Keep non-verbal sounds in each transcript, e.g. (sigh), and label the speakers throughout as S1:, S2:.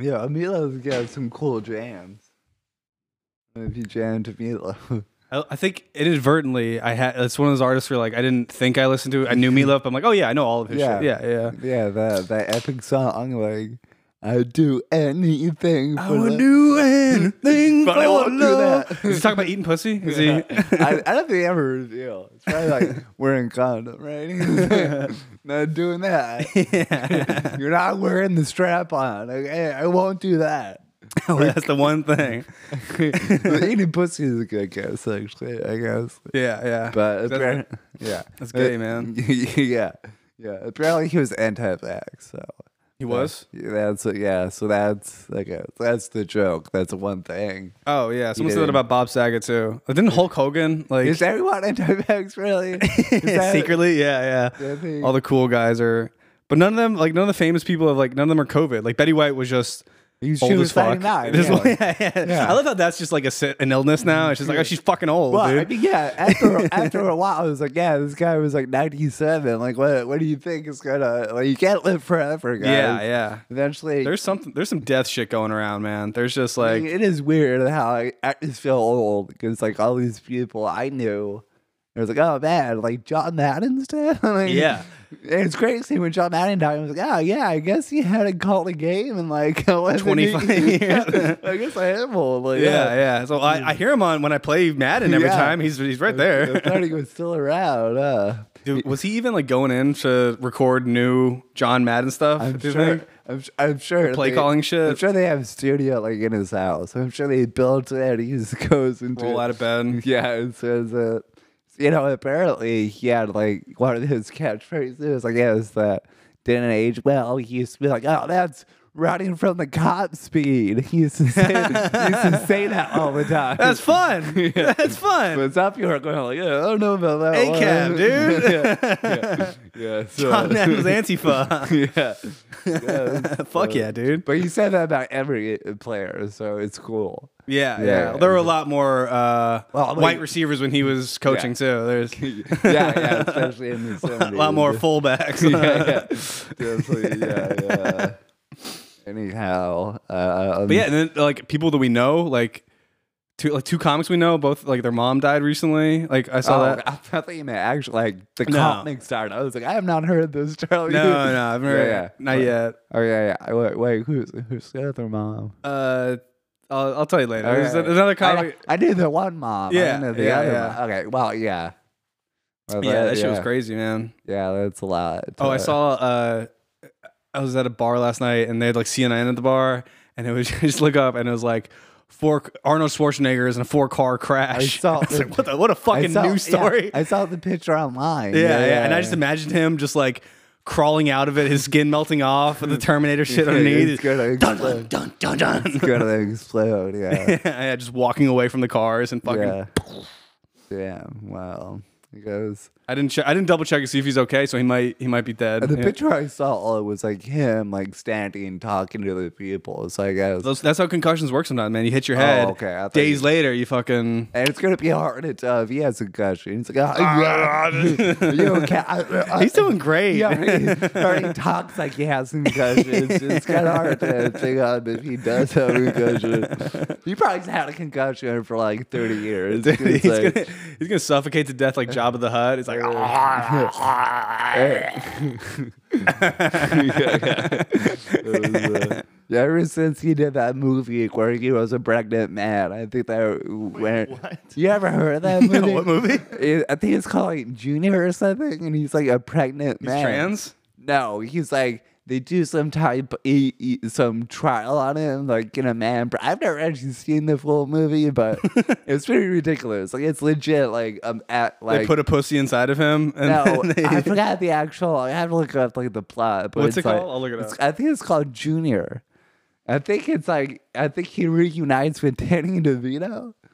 S1: Yeah, Amilo's got some cool jams. If you jammed Amilo, (laughs)
S2: I, I think inadvertently I had. It's one of those artists where like I didn't think I listened to.
S1: (laughs)
S2: I knew Meatloaf, but I'm like, oh yeah, I know all of his
S1: Yeah.
S2: shit. Yeah, yeah.
S1: yeah, that that epic song, like I'd do anything for love.
S2: do (laughs) anything
S1: But I won't do
S2: love.
S1: that.
S2: Is he talking about eating pussy?
S1: (laughs)
S2: Is
S1: Yeah.
S2: he?
S1: I, I don't think he ever reveal. It's probably
S2: (laughs)
S1: like wearing condom, right? (laughs) not doing that.
S2: (laughs) Yeah.
S1: You're not wearing the strap on. Okay, I won't do
S2: (laughs)
S1: that.
S2: (laughs) Well, that's the one thing.
S1: Eating pussy is a good guess, actually. I guess,
S2: Yeah, yeah.
S1: but
S2: That's-
S1: apparently, (laughs) yeah, Uh,
S2: that's gay, man.
S1: (laughs) yeah, yeah. Apparently, he was anti-vax. So
S2: he was.
S1: Yeah, that's yeah. So that's like a, that's the joke. That's one thing.
S2: Oh yeah, someone said
S1: did.
S2: that about Bob Saget too. Like, didn't Hulk Hogan like
S1: Is everyone anti-vax
S2: (laughs)
S1: really? Is that-
S2: secretly? Yeah,
S1: I
S2: yeah.
S1: think-
S2: All the cool guys are, but none of them like none of the famous people have like none of them are COVID. Like Betty White was just.
S1: He's-
S2: old
S1: she was
S2: as fuck.
S1: 99,
S2: (laughs) This-
S1: yeah.
S2: yeah, yeah.
S1: Yeah.
S2: I love how that's just like a si- an illness now. It's just like oh, she's fucking old,
S1: Well,
S2: dude.
S1: I mean, yeah. After after a while, I was like, yeah, this guy was like 97. Like, what what do you think is gonna? Like, you can't live forever, guys.
S2: yeah, yeah.
S1: Eventually,
S2: There's something. There's some death shit going around, man. There's just like
S1: it is weird how I, I just feel old because like all these people I knew. It was like, oh man, like John Madden's dead. (laughs) like,
S2: Yeah.
S1: it's crazy when John Madden died. I was like, oh yeah, I guess he hadn't called a game in like (laughs) wasn't he- (laughs)
S2: 25 years.
S1: I guess I am old. Like,
S2: yeah, yeah. So I, I hear him on when I play Madden every
S1: Mm. Yeah.
S2: time. He's he's right
S1: I
S2: there.
S1: thought he was still around. Uh,
S2: (laughs) Dude, was he even like going in to record new John Madden stuff?
S1: I'm
S2: do you
S1: sure.
S2: think?
S1: I'm, su- I'm sure.
S2: play
S1: they-
S2: calling shit?
S1: I'm sure they have a studio like in his house. I'm sure they built it. He just (laughs) goes into
S2: Roll out of bed.
S1: yeah, and says it. You know, apparently he had like one of his catchphrases. I guess that didn't age well. He used to be like, "Oh, that's running from the cop speed." (laughs) He used to say, he used to say that all the time.
S2: (laughs) (laughs)
S1: (laughs)
S2: That's fun. (laughs) That's fun.
S1: What's up? You were going like, yeah, I don't know about that. one." (laughs)
S2: ACAB, dude. (laughs)
S1: yeah, so-
S2: John Madden was Antifa.
S1: (laughs) yeah. yeah.
S2: (laughs) Fuck yeah, dude.
S1: But you said that about every uh, player, so it's cool. (laughs)
S2: Yeah, yeah.
S1: Yeah.
S2: There were a lot more uh,
S1: Well, like-
S2: white receivers when he was coaching too. There's
S1: yeah, yeah, especially in the
S2: (laughs) a lot more (laughs) fullbacks.
S1: yeah, yeah. Definitely, yeah, yeah. Anyhow, uh, um,
S2: But yeah, and then like people that we know, like two like two comics we know, both like their mom died recently. Like I saw
S1: Oh, (laughs)
S2: that.
S1: I thought you meant actually like the
S2: No.
S1: comic start. I was like, I have not heard this, Charlie.
S2: No, no, I've never,
S1: Yeah, yeah.
S2: not
S1: Right.
S2: yet.
S1: Oh yeah, yeah. Wait, wait who's who's the other mom?
S2: Uh, I'll, I'll tell you later. Oh, There's
S1: Okay.
S2: another
S1: I,
S2: comic.
S1: I knew the one mom. I
S2: Yeah,
S1: didn't know the
S2: yeah,
S1: other
S2: yeah.
S1: mom. Okay, well, yeah. Well,
S2: yeah, that shit was crazy, man.
S1: Yeah, that's a lot.
S2: Oh, I
S1: Uh,
S2: saw. Uh, I was at a bar last night, and they had like CNN at the bar, and it was (laughs) just look up, and it was like four Arnold Schwarzenegger is in a four car crash.
S1: I
S2: (laughs)
S1: saw-
S2: was like, what the what a fucking
S1: I saw-
S2: news story.
S1: yeah, I saw the picture online.
S2: Yeah, yeah, And I just imagined him just like crawling out of it, his skin melting off,
S1: (laughs)
S2: with the Terminator shit underneath.
S1: It's gonna
S2: (laughs) dun,
S1: explode.
S2: dun, dun,
S1: (laughs)
S2: dun, dun. (laughs)
S1: It's gonna explode. Yeah.
S2: yeah, just walking away from the cars and fucking.
S1: yeah. (laughs) Damn. Wow. He goes.
S2: I didn't. Check, I didn't double check to see if he's okay. So he might. He might be dead.
S1: The
S2: Yeah.
S1: picture I saw all it was like him like standing and talking to the people. So I guess.
S2: Those, that's how concussions work sometimes, man. You hit your head.
S1: Oh, okay, I thought
S2: Days
S1: you-
S2: later, you fucking.
S1: and it's gonna be hard to tell if he has a concussion. He's like, oh,
S2: (laughs)
S1: yeah. Are you okay? I- I-
S2: He's doing great.
S1: uh, He
S2: (laughs)
S1: already, he already talks like he has some concussion. It's, it's kind of hard to think on if he does have a concussion. He probably's had a concussion for like 30 years.
S2: (laughs) he's,
S1: It's like-
S2: gonna, he's gonna suffocate to death like Jabba the Hutt. It's like, "Ah,
S1: (laughs) It was, uh, (laughs) yeah, ever since he did that movie where he was a pregnant man, I think that went.
S3: what?
S1: You ever heard of that movie?
S2: "Oh, (laughs) what movie?
S1: It- I think it's called like, Junior or something, and he's like a pregnant
S2: He's
S1: man.
S2: trans.
S1: No, he's like they do some type e- e- some trial on him, like in a man. But I've never actually seen the full movie,
S2: (laughs)
S1: but it's pretty ridiculous. Like it's legit. Like um, at like
S2: they put a pussy inside of him. And
S1: no,
S2: then (laughs) they-
S1: I forgot the actual. I have to look up like the plot. But
S2: What's
S1: it's
S2: it
S1: like-
S2: called? I'll look it
S1: it's- I think it's called Junior. I think it's like I think he reunites with Danny DeVito, (laughs)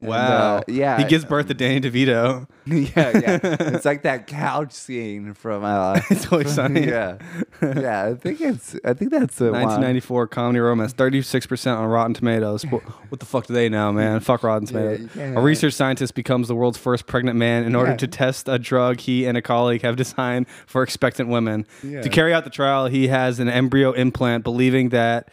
S1: And,
S2: Wow.
S1: uh, yeah.
S2: He gives birth to Danny DeVito.
S1: yeah, yeah. It's like that couch scene from uh
S2: (laughs) It's
S1: (laughs)
S2: always sunny.
S1: yeah. Yeah, I think it's I think that's the one.
S2: 1994 comedy romance, 36% on
S1: (laughs)
S2: Rotten Tomatoes. Wh- what the fuck do they know, man? Fuck
S1: you
S2: Rotten Tomatoes.
S1: can't-
S2: a research scientist becomes the world's first pregnant man in order
S1: Yeah.
S2: to test a drug he and a colleague have designed for expectant women.
S1: Yeah.
S2: To carry out the trial, he has an embryo implant, believing that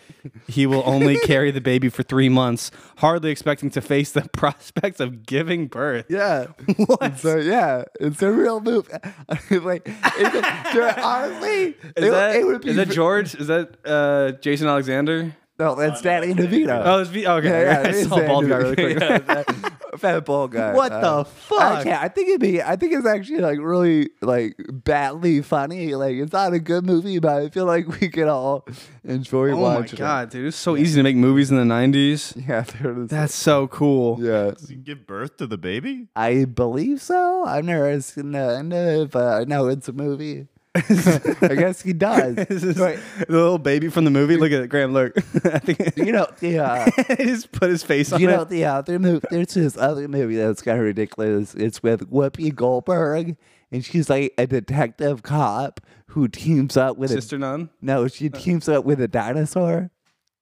S2: he will
S1: (laughs)
S2: only carry the baby for three months, hardly expecting to face the (laughs) prospects of giving birth. (laughs)
S1: Yeah. What? So yeah, it's a real move. (laughs) like it's a- dude, honestly,
S2: Is
S1: it,
S2: that,
S1: it would be
S2: is that
S1: v-
S2: George? Is that uh, Jason Alexander?
S1: No, that's Danny DeVito.
S2: Oh, it's V. Okay,
S1: Yeah, (laughs) yeah,
S2: (laughs) I
S1: it is
S2: saw a bald guy really
S1: Danny
S2: (laughs) quick.
S1: DeVito. Yeah, that (laughs) Fat bald guy. uh,
S2: What the fuck?
S1: Actually, I think it'd be. I think it's actually like really like badly funny. Like it's not a good movie, but I feel like we could all enjoy
S2: Oh my
S1: watching.
S2: god, dude! It's so easy to make movies in the '90s.
S1: It. (laughs) Yeah, there it is.
S2: That's so cool.
S1: yeah.
S3: Does he give birth to the baby?
S1: I believe so. I've never seen the end of it, but I know it's a movie. (laughs) I guess he does.
S2: (laughs) (laughs) This is
S1: Wait,
S2: the little baby from the movie. Look at it, Graham. Look, (laughs) I think
S1: you know the uh,
S2: he just put his face on
S1: you know
S2: it.
S1: the other movie. There's this other movie that's kind of ridiculous. It's with Whoopi Goldberg, and she's like a detective cop who teams up with
S2: Sister Nun.
S1: A, no, she teams up with a dinosaur.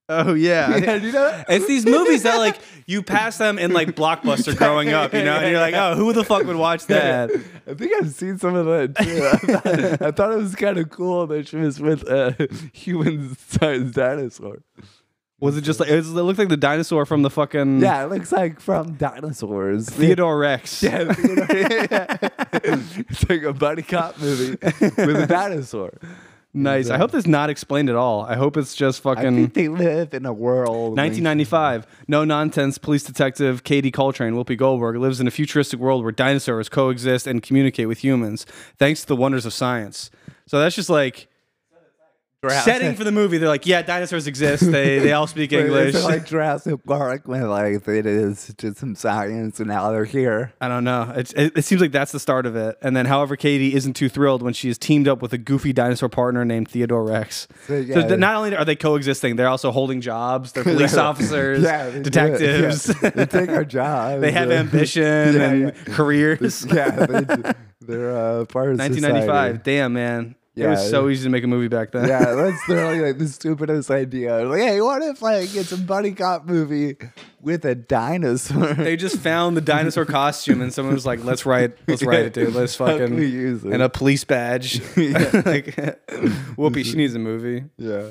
S2: Oh yeah.
S1: (laughs)
S2: I
S1: Yeah,
S2: think-
S1: do you know that?
S2: It's these movies that like you pass them in like Blockbuster growing up, you know, and you're like, oh, who the fuck would watch that?
S1: I think I've seen some of that (laughs) too. I thought, I thought it was kind of cool that she was with a human-sized dinosaur.
S2: Was it just like it, was, it looked like the dinosaur from the fucking
S1: Yeah, it looks like from dinosaurs.
S2: Theodore
S1: (laughs)
S2: Rex?
S1: Yeah, Theodore- (laughs) it's like a buddy cop movie with a dinosaur.
S2: Nice. I hope that's not explained at all. I hope it's just
S1: I
S2: fucking.
S1: think they live in a world.
S2: 1995, no nonsense police detective Katie Coltrane, Whoopi Goldberg, lives in a futuristic world where dinosaurs coexist and communicate with humans thanks to the wonders of science. So that's just like setting for the movie. They're like, yeah, dinosaurs exist. They they
S1: (laughs)
S2: all speak English.
S1: It's like Jurassic Park when like it is just some science and now they're here.
S2: I don't know. It's, it, it seems like that's the start of it. And then, however, Katie isn't too thrilled when she is teamed up with a goofy dinosaur partner named Theodore Rex. So,
S1: So, yeah.
S2: th- not only are they coexisting, they're also holding
S1: (laughs)
S2: jobs. They're (laughs) police officers,
S1: Yeah, they do it.
S2: detectives.
S1: Yeah. They take our jobs.
S2: (laughs) They have
S1: Yeah. (laughs)
S2: ambition
S1: Yeah,
S2: and
S1: yeah.
S2: careers.
S1: yeah, they, do- they're uh, part of
S2: 1995.
S1: society.
S2: Damn, man. it
S1: Yeah,
S2: was so
S1: yeah.
S2: easy to make a movie back then.
S1: Yeah, that's literally like the stupidest idea. Like, hey, what if like it's a buddy cop movie with a dinosaur? (laughs)
S2: (laughs) They just found the dinosaur costume and someone was like, "Let's write,
S1: (laughs)
S2: let's write it, dude. Let's
S1: How can
S2: fucking
S1: we use it?
S2: and a
S1: (laughs)
S2: police badge." (laughs) like, Whoopi, she needs a movie.
S1: yeah.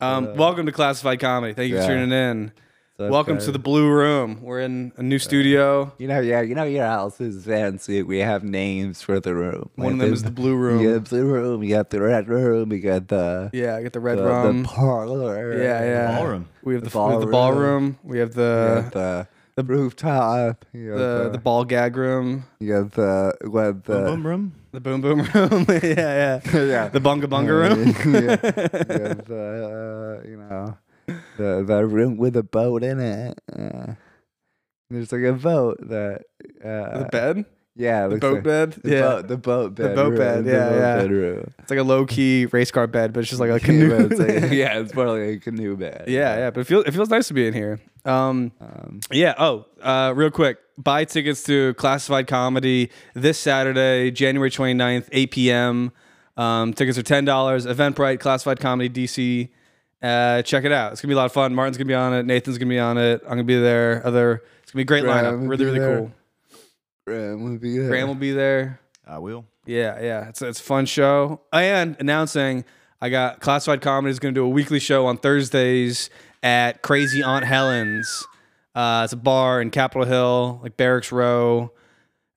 S2: Um, welcome to Classified Comedy. Thank you for
S1: Yeah.
S2: tuning in.
S1: up,
S2: welcome to
S1: guys?
S2: the Blue Room. We're in a new studio.
S1: You know, yeah, you know your house is fancy. We have names for the room.
S2: One of them is the blue room.
S1: You got the room. You got the red room. You got the
S2: Yeah, I got the red
S1: the,
S2: rum.
S1: the parlor.
S2: yeah, yeah.
S3: Ballroom.
S2: We have the,
S1: The
S2: we have the
S1: ballroom.
S2: ballroom. We have
S1: You
S2: the
S1: got the the rooftop. You got
S2: the,
S1: the,
S2: the ball gag room,
S1: you got the what the (laughs)
S3: boom room.
S2: the boom boom (laughs) room. yeah, yeah.
S1: yeah
S2: The bunga bunga
S1: Yeah,
S2: room.
S1: (laughs) yeah. You got
S2: (laughs)
S1: the uh, you know the the room with a boat in it. Uh, there's like a boat that uh,
S2: (laughs) The bed.
S1: yeah it
S2: The
S1: looks
S2: boat
S1: like-
S2: bed.
S1: The
S2: yeah.
S1: boat, the boat bed.
S2: boat
S1: room,
S2: bed,
S1: the
S2: yeah,
S1: boat
S2: yeah.
S1: bed room.
S2: It's like a low key race car bed, but it's just like a canoe.
S1: (laughs) Yeah, it's like- yeah, it's more like a canoe bed.
S2: (laughs) yeah, yeah. But it feels it feels nice to be in here. Um
S1: Um,
S2: Yeah. Oh, uh, real quick. Buy tickets to Classified Comedy this Saturday, January 29th, 8 p.m. Um, tickets are $10. Eventbrite, Classified Comedy, DC. Uh, check it out. It's going to be a lot of fun. Martin's going to be on it. Nathan's going to be on it. I'm going to be there. Other, It's going to be a great
S1: Graham
S2: lineup.
S1: will
S2: Really,
S1: be
S2: really
S1: there.
S2: cool.
S1: Graham would be there.
S2: Graham will be there.
S3: I will.
S2: Yeah, yeah. It's, it's a fun show. And announcing, I got Classified Comedy is going to do a weekly show on Thursdays at Crazy Aunt Helen's. Uh, it's a bar in Capitol Hill, like Barracks Row.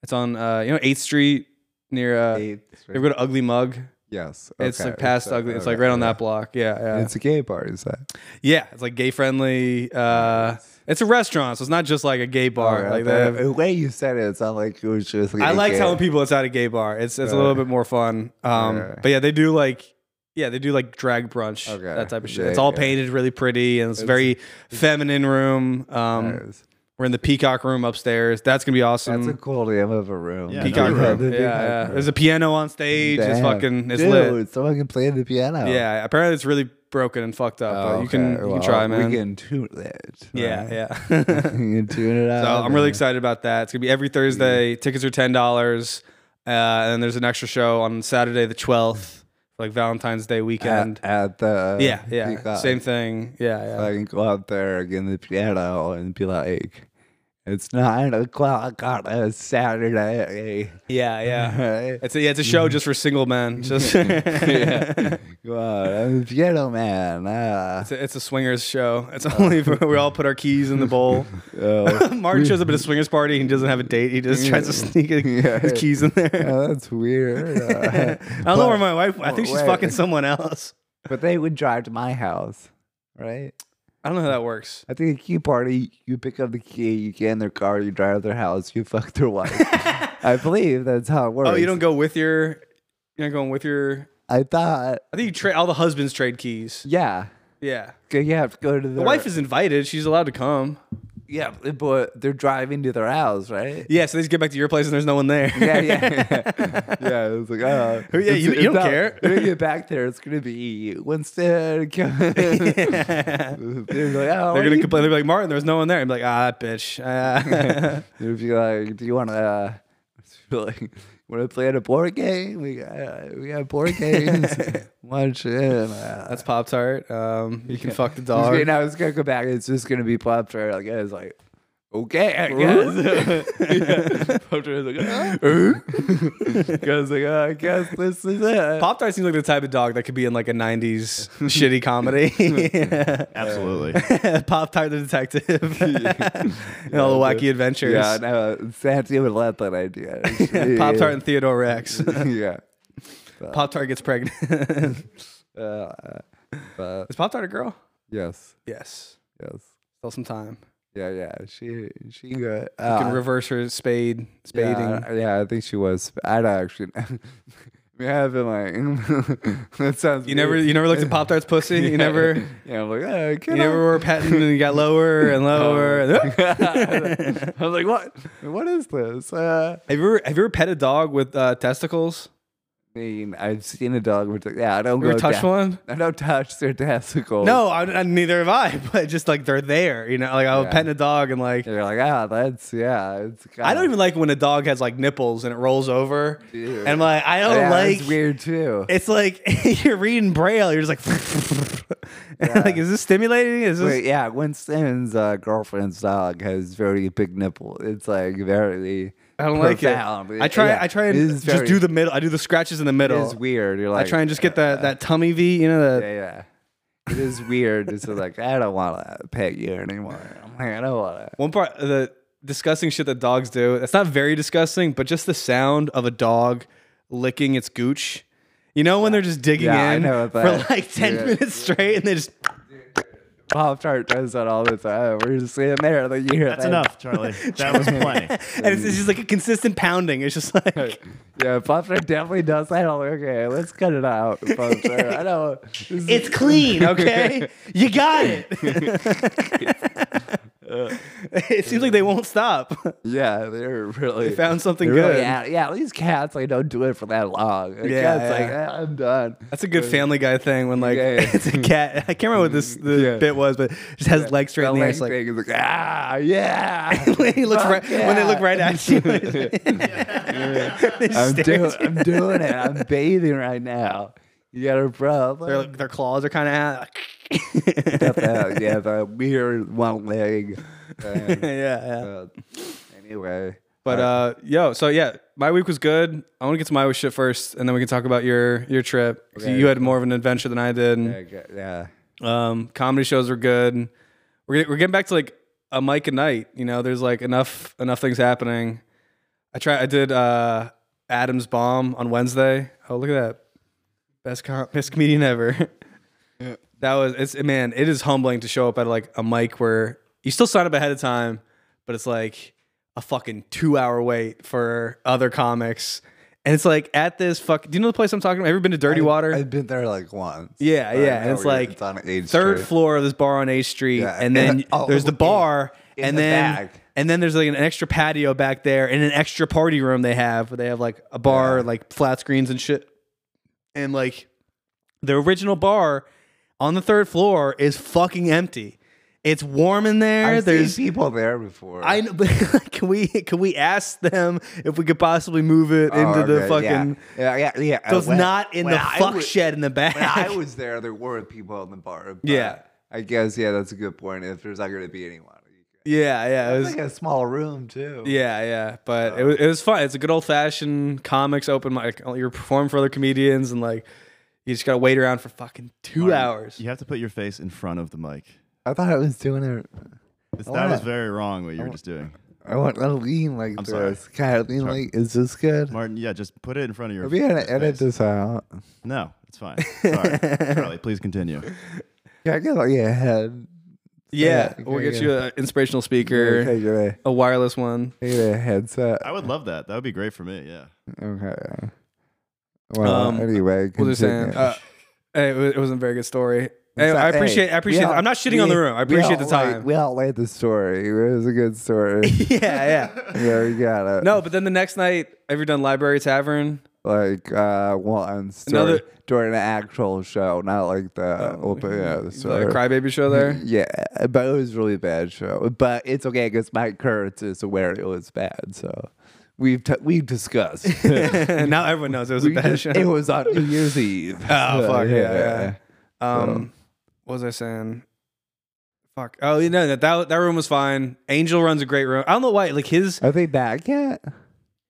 S2: It's on, uh, you know, 8th Street near, uh, you
S1: Eighth-
S2: ever go to Ugly Mug?
S1: yes,
S2: It's
S1: okay,
S2: like past
S1: okay,
S2: Ugly. It's
S1: okay,
S2: like right on
S1: yeah.
S2: that block. Yeah, yeah.
S1: It's a gay bar, is that?
S2: yeah, it's like gay friendly. Uh, it's a restaurant, so it's not just like a gay bar. like they have-
S1: the, the way you said it, it sounded like it was just. Like
S2: I
S1: a
S2: like
S1: gay-
S2: telling people it's at a gay bar. It's it's a little bit more fun. Um,
S1: Okay.
S2: but yeah, they do like yeah they do like drag brunch
S1: Okay.
S2: that type of shit.
S1: Yeah,
S2: it's all
S1: yeah.
S2: painted really pretty and it's, very feminine room. Um,
S1: Nice.
S2: We're in the Peacock room upstairs. That's gonna be awesome.
S1: That's a cool name of a room.
S3: Yeah,
S2: Peacock
S3: Another
S2: room.
S1: The
S2: Yeah,
S1: Peacock
S2: yeah.
S1: room.
S2: There's a piano on stage. It's
S1: Damn.
S2: fucking it's
S1: Dude,
S2: lit.
S1: Someone can play the piano.
S2: Yeah. Apparently it's really broken and fucked up.
S1: Oh,
S2: but you can
S1: okay.
S2: you
S1: Well,
S2: can try, man.
S1: We can tune it.
S2: yeah,
S1: right?
S2: yeah.
S1: (laughs) you can tune it out.
S2: (laughs) So I'm really
S1: and-
S2: excited about that. It's gonna be every Thursday. Tickets are ten dollars, uh, and there's an extra show on Saturday the twelfth, like Valentine's Day weekend.
S1: at, at the
S2: yeah, yeah,
S1: Peacock.
S2: same thing. Yeah, yeah.
S1: So I can go out there again the piano and be like, it's nine o'clock on a Saturday. (laughs)
S2: yeah, (laughs) yeah.
S1: Right?
S2: It's a, yeah, it's a show just for
S1: (laughs)
S2: single men. Just
S1: yeah. Go out. I'm a piano man. Ah.
S2: It's a, it's a swingers show. It's only
S1: Uh.
S2: for, (laughs) we all put our keys in
S1: (laughs)
S2: the bowl. (laughs)
S1: Oh.
S2: Martin shows up at a swingers party. He doesn't have a date. He just tries to
S1: (laughs)
S2: sneak
S1: Yeah.
S2: his keys in there.
S1: Oh, that's weird. Uh,
S2: (laughs) I don't know where
S1: but-
S2: my wife. I think she's
S1: Wait.
S2: fucking someone else.
S1: But they would drive to my house, right?
S2: I don't know how that works.
S1: I think a key party, you pick up the key, you get in their car, you drive to their house, you fuck their
S2: (laughs)
S1: wife. I believe that's how it works.
S2: Oh, you don't go with your. You're not going with your.
S1: I thought,
S2: I think you trade all the husbands trade keys.
S1: yeah.
S2: Yeah,
S1: 'Cause You have to go to
S2: the
S1: their
S2: wife is invited. She's allowed to come.
S1: Yeah, but they're driving to their house,
S2: (laughs)
S1: right?
S2: Yeah, so they just get back to your place and there's no one there. (laughs)
S1: Yeah, yeah, yeah. (laughs) yeah it was like, oh,
S2: Yeah,
S1: it's-
S2: you- you
S1: it's
S2: don't
S1: not-
S2: care.
S1: When you get back there, it's gonna be (laughs)
S2: (laughs)
S1: Winston. Come in. They're like, oh,
S2: They're
S1: what do
S2: gonna
S1: you- (laughs)
S2: complain. They're gonna be like, Martin, there's no one there. I'm like, ah, bitch. Ah.
S1: They'd be like, do you want to? Uh, be (laughs) like, want to play at a board game? We got we got board
S2: (laughs)
S1: games. Watch it. Uh,
S2: That's Pop Tart. Um, you
S1: (laughs)
S2: can fuck the
S1: it's
S2: dog.
S1: gonna- now it's gonna go back. It's just gonna be pop tart. I guess like. Okay,
S2: (laughs)
S1: I guess. yeah. Pop Tart's like, "Huh?" (laughs) Guys like, "Oh, I guess this is it.
S2: Pop Tart seems like the type of dog that could be in like
S1: (laughs)
S2: a '90s shitty comedy. (laughs)
S1: Uh,
S3: Absolutely.
S2: Pop Tart the
S1: (laughs)
S2: detective, and (laughs) all the wacky adventures.
S1: Yeah,
S2: (laughs)
S1: no, Santi would love that idea.
S2: Pop Tart (laughs) and Theodore Rex.
S1: (laughs) yeah.
S2: Pop Tart gets pregnant. (laughs)
S1: Uh, but
S2: Is Pop Tart a girl?
S1: yes,
S2: Yes.
S1: yes,
S2: Still some time.
S1: yeah, yeah. She she good.
S2: You
S1: Uh,
S2: can reverse her spade spading.
S1: yeah, I- yeah, I think she was. I don't actually. (laughs) I mean, I've been like, (laughs) that sounds.
S2: you never
S1: weird.
S2: you never looked at Pop Tart's pussy.
S1: (laughs)
S2: You never you
S1: Yeah, I'm like, uh, can
S2: never
S1: I?
S2: were petting and you got lower
S1: (laughs)
S2: and lower. have
S1: I'm like,
S2: (laughs)
S1: what? What is this? Uh,
S2: you ever have you ever pet a dog with uh, testicles?
S1: I mean, I've seen a dog. With, yeah, Oh. I don't
S2: You
S1: go
S2: ever touch
S1: da-
S2: one?
S1: I don't touch their testicles.
S2: No, I, I- neither have I. (laughs) But just like they're there, you know. Like I was
S1: Yeah.
S2: petting a dog and like
S1: You're like, ah, that's yeah. It's
S2: I don't
S1: kinda-
S2: even like when a dog has like nipples and it rolls over.
S1: Dude.
S2: And I'm like I don't
S1: yeah,
S2: like
S1: That's weird too.
S2: It's like (laughs) you're reading braille. You're just like, (laughs) like is this stimulating? Is this?
S1: Wait, yeah, Winston's uh, girlfriend's dog has very big nipple. It's like very.
S2: I don't like it.
S1: profound.
S2: I try.
S1: Yeah,
S2: I try
S1: it
S2: and
S1: is
S2: just
S1: very-
S2: do the middle. I do the scratches in the
S1: It
S2: middle.
S1: is weird. You're
S2: I
S1: like
S2: try and just get that that tummy V. You know
S1: yeah,
S2: the.
S1: yeah. It is weird. It's like I don't want to pet you anymore. I'm like I don't want to.
S2: One part the disgusting shit that dogs do. That's not very disgusting, but just the sound of a dog licking its gooch. You know when they're just digging
S1: Yeah, I
S2: in
S1: know
S2: for
S1: that.
S2: like ten
S1: Yeah.
S2: minutes straight, and they just (laughs)
S1: Pop Tart does that all the time. We're just sitting there like you hear
S3: That's
S1: that.
S3: enough,
S1: (laughs)
S3: Charlie. That was plenty.
S2: and it's, it's just like a consistent pounding. It's just like
S1: Yeah, Pop Tart definitely does that. I'm like, okay, let's cut it out, Pop Tart.
S2: (laughs)
S1: I don't. This is-
S2: (laughs) it's
S1: (laughs)
S2: clean. Okay, you got it. (laughs) it seems like they won't stop. (laughs)
S1: Yeah, they're really. They
S2: Found something
S1: They're
S2: good.
S1: really out- yeah, at least cats like don't do it for that long. Like,
S2: Yeah,
S1: cats like
S2: yeah.
S1: "Ah, I'm done.
S2: That's a good Family Guy thing when like
S1: Yeah, yeah.
S2: (laughs) it's a cat. I can't remember what this the
S1: Yeah.
S2: bit was, but it just has legs straight
S1: The
S2: in the air.
S1: leg
S2: It's like
S1: thing is like ah yeah.
S2: (laughs) when he looks
S1: Fuck
S2: right when they look
S1: yeah.
S2: right at you. (laughs) they
S1: (laughs)
S2: just
S1: I'm
S2: stare
S1: doing
S2: at you.
S1: I'm doing it. I'm bathing right now. You got a
S2: Their,
S1: problem?
S2: their claws are kind of out.
S1: Got that- yeah, the weird one leg.
S2: (laughs)
S1: thing.
S2: (laughs) yeah, yeah.
S1: Uh, anyway,
S2: But uh, yo, so yeah, my week was good. I want to get to my week shit first, and then we can talk about your your trip. 'Cause
S1: Okay.
S2: You had more of an adventure than I did. and,
S1: I got- yeah,
S2: Um, comedy shows are good. We're get- we're getting back to like a mic a night. You know, there's like enough enough things happening. I try. I did uh, Adam's bomb on Wednesday. Oh, look at that! Best com- best comedian ever. (laughs) That was it's man. It is humbling to show up at like a mic where you still sign up ahead of time, but it's like a fucking two hour wait for other comics. And it's like at this fuck. Do you know the place I'm talking about? Ever been to Dirty Water?
S1: I've been there like once.
S2: yeah,
S1: I
S2: yeah. And
S1: know
S2: it's
S1: where-
S2: like
S1: it's on H
S2: third
S1: Street.
S2: floor of this bar on A Street,
S1: Yeah,
S2: and then
S1: and- (laughs) oh,
S2: there's the
S1: in-
S2: bar,
S1: in
S2: and
S1: the
S2: then
S1: back.
S2: and then there's like an extra patio back there, and an extra party room they have where they have like a bar,
S1: Yeah.
S2: like flat screens and shit, and like the original bar on the third floor is fucking empty. It's warm in there.
S1: I've
S2: there's
S1: seen people there before.
S2: I know, but (laughs) can we can we ask them if we could possibly move it
S1: Oh,
S2: into the
S1: okay, yeah.
S2: fucking?
S1: Yeah, yeah, yeah. Uh,
S2: So it's
S1: When-
S2: not in
S1: when
S2: the
S1: I
S2: fuck
S1: was-
S2: shed in the back.
S1: When
S2: (laughs)
S1: I was there, there were people in the bar. but
S2: Yeah.
S1: I guess yeah, that's a good point. If there's not going to be anyone,
S2: yeah, yeah, it
S1: it's
S2: was,
S1: like a small room too.
S2: yeah, yeah. But
S1: Uh,
S2: it was it was fun. It's a good old fashioned comics open mic. You're performing for other comedians, and like you just gotta wait around for fucking two hours.
S3: You have to put your face in front of the mic.
S1: I thought I was doing it.
S3: It's,
S1: I
S3: that
S1: wanna-
S3: was very wrong what you were just doing,
S1: I want to lean like
S3: I'm sorry.
S1: this. Kind of lean like, is this good?
S3: Martin. Yeah, just put it in front of your.
S1: Are we gonna
S3: face.
S1: edit this out?
S3: No,
S1: (laughs)
S3: it's fine. Sorry, Charlie. Please continue.
S1: Can I get like a head?
S2: yeah,
S1: yeah,
S2: we'll
S1: okay, yeah.
S2: get you an inspirational speaker,
S1: Okay, get a,
S2: a wireless one.
S1: get a headset.
S3: I would love that. That would be great for me. Yeah.
S1: Okay. Well,
S2: Um,
S1: anyway,
S2: We'll just
S1: continue.
S2: saying, uh, hey, it wa- it was not a very good story. Hey,
S1: So-
S2: I
S1: hey,
S2: appreciate. I appreciate.
S1: we
S2: I'm not
S1: all-
S2: shitting on the
S1: we-
S2: room.
S1: we
S2: I appreciate the
S1: all like-
S2: time.
S1: we outlaid the story. It was a good story.
S2: (laughs) yeah,
S1: (laughs)
S2: yeah.
S1: yeah, we got it.
S2: No, but then the next night, have you done Library Tavern?
S1: like uh, once during,
S2: Another- Oh,
S1: during an actual show, not like the open yeah, the
S2: The
S1: story.
S2: Crybaby
S1: (laughs)
S2: show there? (laughs)
S1: Yeah, but it was a really bad show. But it's okay because Mike Kurtz is aware it was bad, so we've t- we've
S2: (laughs)
S1: discussed. (laughs)
S2: now everyone knows it was a
S1: We
S2: bad
S1: just-
S2: show.
S1: It was on New Year's
S2: (laughs)
S1: Eve. oh
S2: fuck, yeah, yeah. um, what was I saying? Fuck. Oh, you know that, that that room was fine. Angel runs a great room. I don't know why. Like his,
S1: Are they back yet?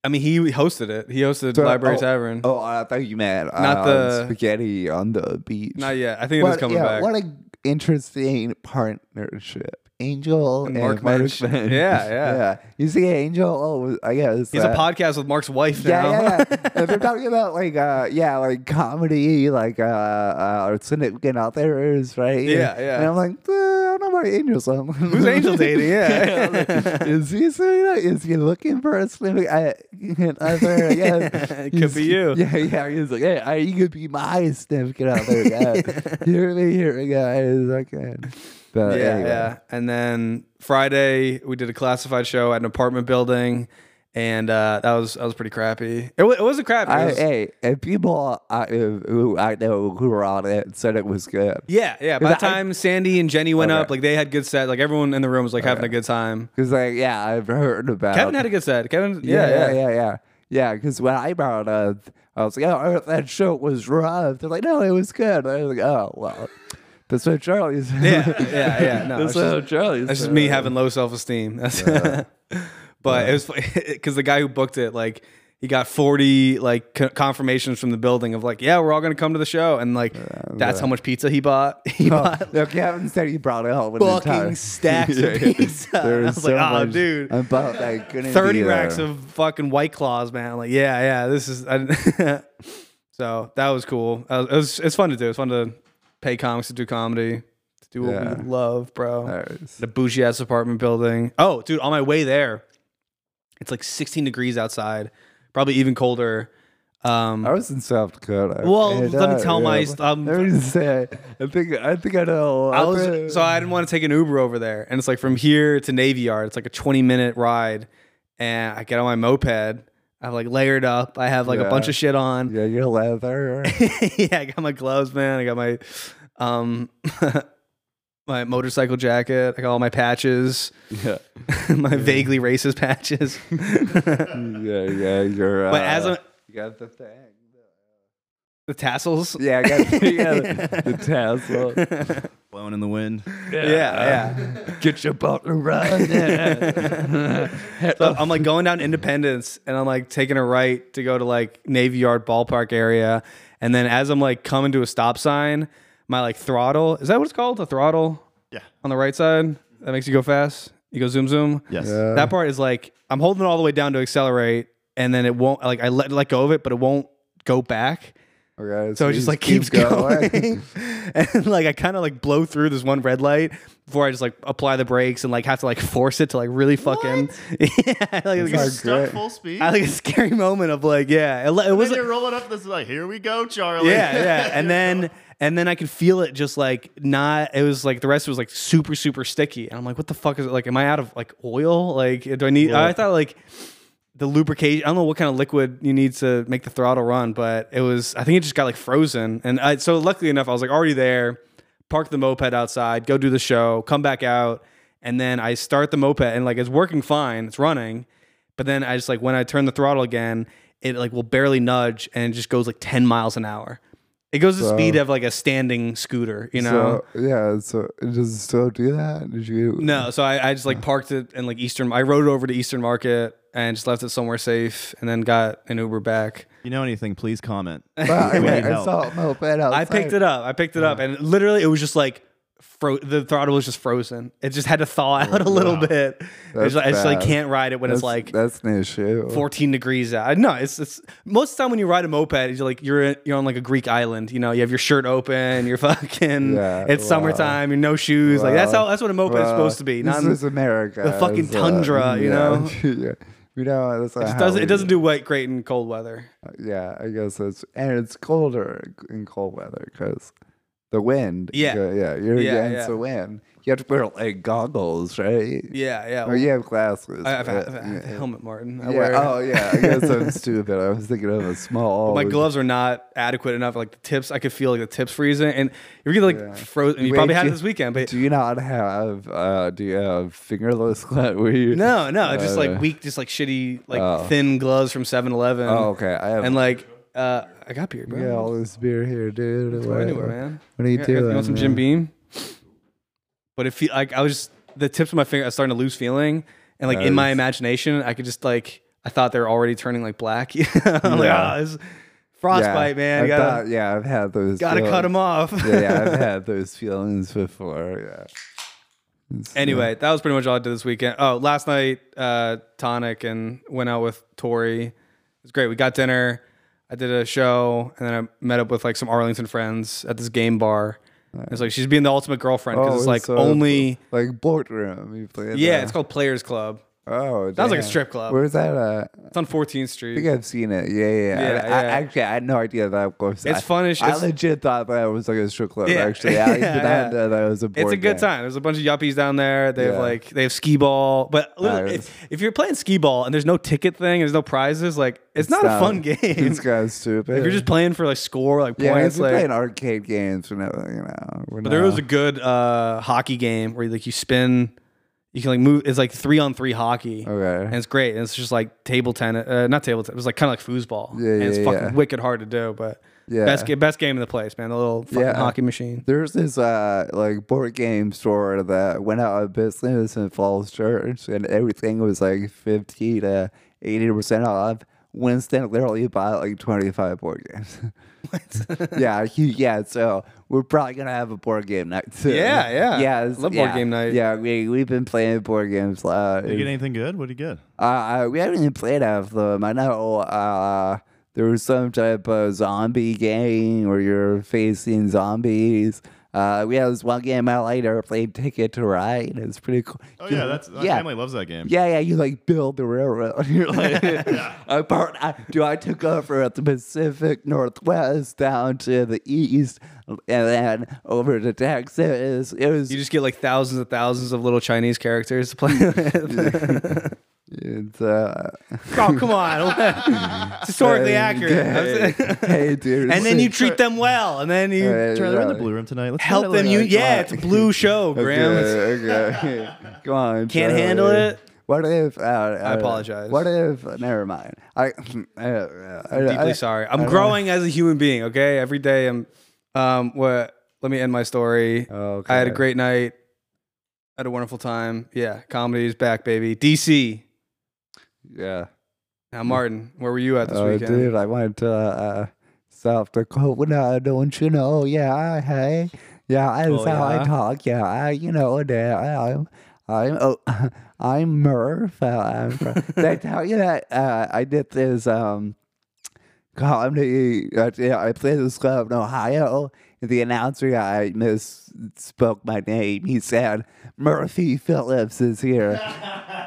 S2: I mean, he hosted it. He hosted
S1: So-
S2: Library
S1: oh,
S2: Tavern.
S1: Oh, I thought you meant
S2: Not
S1: uh,
S2: the-
S1: spaghetti on the beach.
S2: Not yet. I think it is
S1: what,
S2: coming
S1: yeah,
S2: back.
S1: What an interesting partnership. Angel and,
S2: Mark Mensch.
S1: (laughs) Mensch.
S2: Yeah, yeah.
S1: You see Angel? Oh, I guess.
S2: He's
S1: uh,
S2: a podcast with Mark's wife
S1: Yeah,
S2: now. (laughs)
S1: yeah, yeah. And they're talking about like, uh, yeah, like comedy, like uh, uh our significant others, right?
S2: Yeah, yeah.
S1: And I'm like, uh, I don't know about Angel. So
S2: Who's
S1: (laughs)
S2: Angel dating? Yeah.
S1: is he saying that? Is he looking for a (laughs) significant other? Yeah,
S2: It (laughs) could
S1: He's-
S2: be you.
S1: Yeah, yeah. He's like, yeah, I, you could be my significant
S2: (laughs)
S1: other. Yeah, hear me, hear me, guys. Okay. But
S2: yeah,
S1: anyway.
S2: yeah. And then Friday we did a classified show at an apartment building, and uh, that was that was pretty crappy. It, wa- it wasn't crappy. It
S1: I, eh,
S2: was-
S1: hey, and people I, who I know who were on it said it was good.
S2: yeah, yeah. By the
S1: I-
S2: time Sandy and Jenny went
S1: Okay.
S2: up, like they had good set. Like everyone in the room was like having a good time.
S1: Because like, yeah, I've heard about.
S2: Kevin had a good set. Kevin, yeah,
S1: yeah,
S2: yeah.
S1: yeah, yeah, yeah. Yeah, because when I brought it up, I was like, oh, that show was rough. They're like, no, it was good. I was like, oh, well, that's what Charlie's. (laughs)
S2: Yeah, yeah, yeah. No,
S1: that's
S2: it's just-
S1: what Charlie's.
S2: (laughs) That's just me (laughs) having low self (laughs) esteem. That's but it was (laughs) because the guy who booked it, like, he got forty like co- confirmations from the building of like, yeah, we're all gonna come to the show, and like, that's how much pizza he bought. (laughs) He
S1: Oh,
S2: bought
S1: no, Kevin said he brought it home. in the (laughs)
S2: fucking
S1: time.
S2: stacks
S1: Yeah,
S2: of
S1: yeah.
S2: pizza.
S1: There
S2: (laughs) I
S1: was
S2: was
S1: so
S2: like, oh,
S1: much
S2: dude.
S1: About that, couldn't
S2: 30
S1: be there.
S2: racks of fucking white claws, man. Like, yeah, yeah, this is. I, (laughs) so that was cool. Uh, it was, it's fun to do. It's fun to pay comics to do comedy, to do what
S1: Yeah.
S2: we love, bro.
S1: Nice.
S2: The bougie ass apartment building. Oh, dude, on my way there, it's like 16 degrees outside, probably even colder. Um,
S1: I was in South Dakota.
S2: Well, let me tell my st- um,
S1: Let me just say, I think I think I know.
S2: I was so I didn't want to take an Uber over there, and it's like from here to Navy Yard, it's like a twenty minute ride, and I get on my moped. I'm like layered up. I have like a
S1: Yeah.
S2: bunch of shit on.
S1: yeah, your leather.
S2: (laughs) Yeah. I got my gloves, man. I got my um (laughs) my motorcycle jacket. I got all my patches, (laughs)
S1: yeah,
S2: my vaguely racist patches. (laughs)
S1: yeah, yeah. Your.
S2: but
S1: uh,
S2: as I'm
S1: you got the thing.
S2: the tassels,
S1: Yeah, I got the, yeah,
S2: (laughs)
S1: the tassel.
S3: Blowing in the wind.
S2: yeah, yeah.
S1: (laughs) Get your boat and
S2: (laughs)
S1: run. Yeah.
S2: So I'm like going down Independence and I'm like taking a right to go to like Navy Yard ballpark area. And then as I'm like coming to a stop sign, my like throttle is that what it's called? The throttle
S3: Yeah.
S2: on the right side that makes you go fast. You go zoom zoom.
S3: Yes.
S2: That part is like I'm holding it all the way down to accelerate and then it won't like I let let go of it, but it won't go back.
S1: (laughs) Okay,
S2: So it just
S1: he's-
S2: like
S1: keeps
S2: keeps (laughs) going. and like I kind of like blow through this one red light before I just like apply the brakes and like have to like force it to like really fucking (laughs) yeah, like, like,
S1: That's
S2: a,
S1: our
S2: s-
S1: Great.
S3: Stuck full speed.
S2: I had, like a scary moment of like yeah, it, le- it was
S3: was then
S2: like,
S3: (laughs) you're rolling up this like, here we go, Charlie.
S2: yeah, yeah.
S3: (laughs)
S2: And
S3: Here we
S2: then and then I could feel it just like not it was like the rest was like super super sticky. And I'm like what the fuck is it like am I out of like oil? Like do I need
S3: Yeah.
S2: I thought like the lubrication, I don't know what kind of liquid you need to make the throttle run, but it was I think it just got like frozen. And I so luckily enough I was like already there, park the moped outside, go do the show, come back out, and then I start the moped and like it's working fine, it's running. But then I just like when I turn the throttle again, it like will barely nudge and it just goes like 10 miles an hour. It goes the
S1: So-
S2: speed of like a standing scooter, you know?
S1: So, yeah, so does it still do that? Did you?
S2: no, so I, I just like parked it in like Eastern, I rode it over to Eastern Market and just left it somewhere safe and then got an Uber back.
S3: If you know anything, please comment.
S2: (laughs)
S1: Wow, I,
S3: We
S1: mean,
S3: need
S1: I
S3: help.
S1: saw a moped outside.
S2: I picked it up. I picked it up and literally it was just like, Fro- the throttle was just frozen. It just had to thaw out a little bit. It's
S1: That's
S2: like, I just like
S1: bad.
S2: can't ride it when
S1: That's,
S2: it's like
S1: that's an issue.
S2: 14 degrees out. No, it's it's most of the time when you ride a moped, you're like you're you're on like a Greek island. You know, you have your shirt open, you're (laughs) fucking.
S1: Yeah,
S2: it's
S1: wow.
S2: summertime, you're no shoes. like that's
S1: Wow.
S2: how that's what a moped is
S1: Well,
S2: supposed to be. Not
S1: this is America.
S2: the fucking
S1: It's, uh,
S2: tundra,
S1: yeah,
S2: you know?
S1: (laughs) yeah. You know, that's not
S2: it
S1: how
S2: doesn't
S1: we-
S2: it doesn't do wet great in cold weather.
S1: Yeah, I guess it's and it's colder in cold weather because the wind.
S2: Yeah.
S1: go- yeah, you're
S2: Yeah,
S1: against
S2: yeah.
S1: the wind. You have to wear like goggles, right?
S2: Yeah, yeah.
S1: Or you have glasses.
S2: I, I've,
S1: right?
S2: I've, I've- helmet, Martin. I
S1: yeah.
S2: wear.
S1: Oh yeah, I guess I'm
S2: (laughs)
S1: stupid. I was thinking of a small.
S2: My gloves are not adequate enough. Like the tips, I could feel like the tips freezing, and you're getting like
S1: Yeah.
S2: frozen. You
S1: Wait,
S2: probably had
S1: do-
S2: it this weekend,
S1: (laughs)
S2: but
S1: Do you not have? Uh, do you have fingerless (laughs) gloves? Were you?
S2: no, no, just
S1: Uh,
S2: like weak, just like shitty, like
S1: oh.
S2: thin gloves from 7-Eleven.
S1: Oh, okay. I have.
S2: and like uh, I got beer, bro.
S1: yeah, all this beer here, dude.
S2: Go
S1: What-
S2: anywhere, man.
S1: What are you
S2: Yeah,
S1: doing?
S2: You want some Jim Beam? But it feel like I was just the tips of my finger. I was starting to lose feeling, and like in my
S1: Nice.
S2: imagination, I could just like I thought they were already turning like black. (laughs) I'm like,
S1: Yeah.
S2: ah, this frostbite, man.
S1: I've
S2: You gotta
S1: got- yeah, I've had those.
S2: gotta cut them off.
S1: yeah, yeah, I've had those feelings before. Yeah. It's-
S2: Anyway, that was pretty much all I did this weekend. Oh, last night, uh, Tonic and went out with Tori. It was great. We got dinner. I did a show, and then I met up with like some Arlington friends at this game bar. And It's like she's being the ultimate girlfriend because it's like
S1: Oh, so
S2: only
S1: like boardroom. You play.
S2: yeah.
S1: the-
S2: It's called Players Club.
S1: Oh,
S2: Sounds like a
S1: damn.
S2: strip club.
S1: Where's that? At?
S2: It's on 14th
S1: I
S2: Street.
S1: think I've seen it. Yeah, yeah. yeah. I,
S2: Yeah,
S1: I-
S2: yeah.
S1: actually, I had no idea that. Of course,
S2: It's
S1: I,
S2: fun as sh-
S1: I
S2: it's-
S1: legit thought that was like a strip club.
S2: Yeah.
S1: Actually,
S2: (laughs)
S1: I did
S2: Yeah,
S1: not
S2: yeah.
S1: know that was a.
S2: It's a
S1: board
S2: good
S1: game.
S2: time. There's a bunch of yuppies down there. They have
S1: Yeah.
S2: like they have skee ball, but literally,
S1: Nice.
S2: if, if you're playing skee ball and there's no ticket thing, there's no prizes. Like it's, not, a fun (laughs) game.
S1: It's kind of stupid.
S2: if you're just playing for like score, like
S1: yeah,
S2: points,
S1: if you're
S2: like
S1: playing arcade games, you know, you know. But
S2: There was a good uh, hockey game where like you spin, you can like move. It's like three on three hockey,
S1: Okay.
S2: and it's great. And it's just like table tennis, uh, not table tennis. It was like kind of like foosball.
S1: Yeah,
S2: and It's
S1: yeah,
S2: fucking
S1: yeah.
S2: wicked hard to do, but
S1: Yeah.
S2: best ga- best game in the place, man. The little fucking
S1: Yeah.
S2: hockey machine.
S1: There's this uh like board game store that went out of business in Falls Church, and everything was like fifty to eighty percent off. Winston literally bought like twenty five board games. (laughs) yeah, he, yeah. So we're probably gonna have a board game night soon.
S2: Yeah, yeah.
S1: yeah. it's-
S2: Love board
S1: yeah,
S2: game night.
S1: Yeah, we we've been playing board games. Uh,
S3: Did you get anything good? What did you get?
S1: uh, I, we haven't even played half of them. I know uh, there was some type of zombie game where you're facing zombies. Uh, we had this one game I later played Ticket to Ride. It's pretty cool.
S3: Oh
S1: You-
S3: yeah, that's my
S1: yeah.
S3: family loves that game.
S1: Yeah, yeah, you like build the railroad. (laughs) You're like, I part, I, do I took over at the Pacific Northwest down to the east, and then over to Texas. It was
S2: You just get like thousands and thousands of little Chinese characters
S1: (laughs)
S2: to play with.
S1: it's, uh,
S2: oh
S1: (laughs)
S2: come on, it's historically accurate.
S1: Hey, (laughs)
S2: (laughs)
S1: hey, dude.
S2: and then
S1: it's- (laughs)
S2: you treat them well, and then you
S1: Hey,
S3: Charlie, we're in the
S1: yeah.
S3: blue room tonight. Let's
S2: help
S3: try to,
S2: them. You
S3: like-
S2: yeah, it's a
S1: (laughs)
S2: blue show, Graham. It's- (laughs)
S1: Okay, okay. Come on.
S2: Can't handle it?
S1: What if? Uh, I
S2: apologize.
S1: What if? Never mind. I. I, uh, I I'm
S2: deeply sorry. I'm growing as a human being. Okay, every day I'm. Um, what? Let me end my story.
S1: Okay.
S2: I had a great night. I had a wonderful time. Yeah, comedy is back, baby. DC.
S1: Yeah.
S2: Now, Martin, where were you at this
S1: Oh,
S2: weekend?
S1: dude, I went to uh, South Dakota. Don't you know? Yeah. Hey. Yeah. That's
S2: Oh,
S1: how
S2: yeah?
S1: I talk. Yeah. I, you know. I, I'm. I'm. Oh, (laughs)
S2: (laughs)
S1: I'm Murph. Uh, I'm, fr- did I tell you that uh, I did this? Um, comedy. uh, yeah, I played this club in Ohio. and The announcer guy misspoke my name. He said Murphy Phillips is here,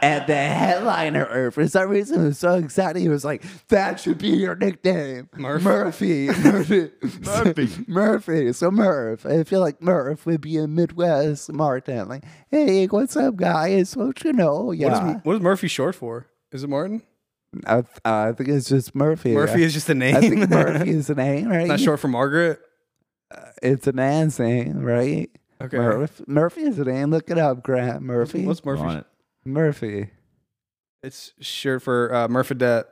S1: and the headliner er, for some reason was so excited. He was like, "That should be your nickname,
S2: Murph? (laughs)
S1: Murphy, Murphy,
S3: (laughs) Murphy.
S1: (laughs) Murphy." So Murph. I feel like Murph would be a Midwest Martin. Like, hey, what's up, guys? What you know? Yeah,
S2: What is, what is Murphy short for? Is it Martin?
S1: I, uh, I think it's just Murphy.
S2: Murphy is just a name. (laughs)
S1: I think Murphy is a name, right?
S2: Not short for Margaret.
S1: It's a man's name, right?
S2: Okay.
S1: Murph, Murphy is a name. Look it up, Grant. Murphy.
S2: What's Murphy?
S3: On it.
S1: Murphy.
S2: It's short for uh, Murphadet.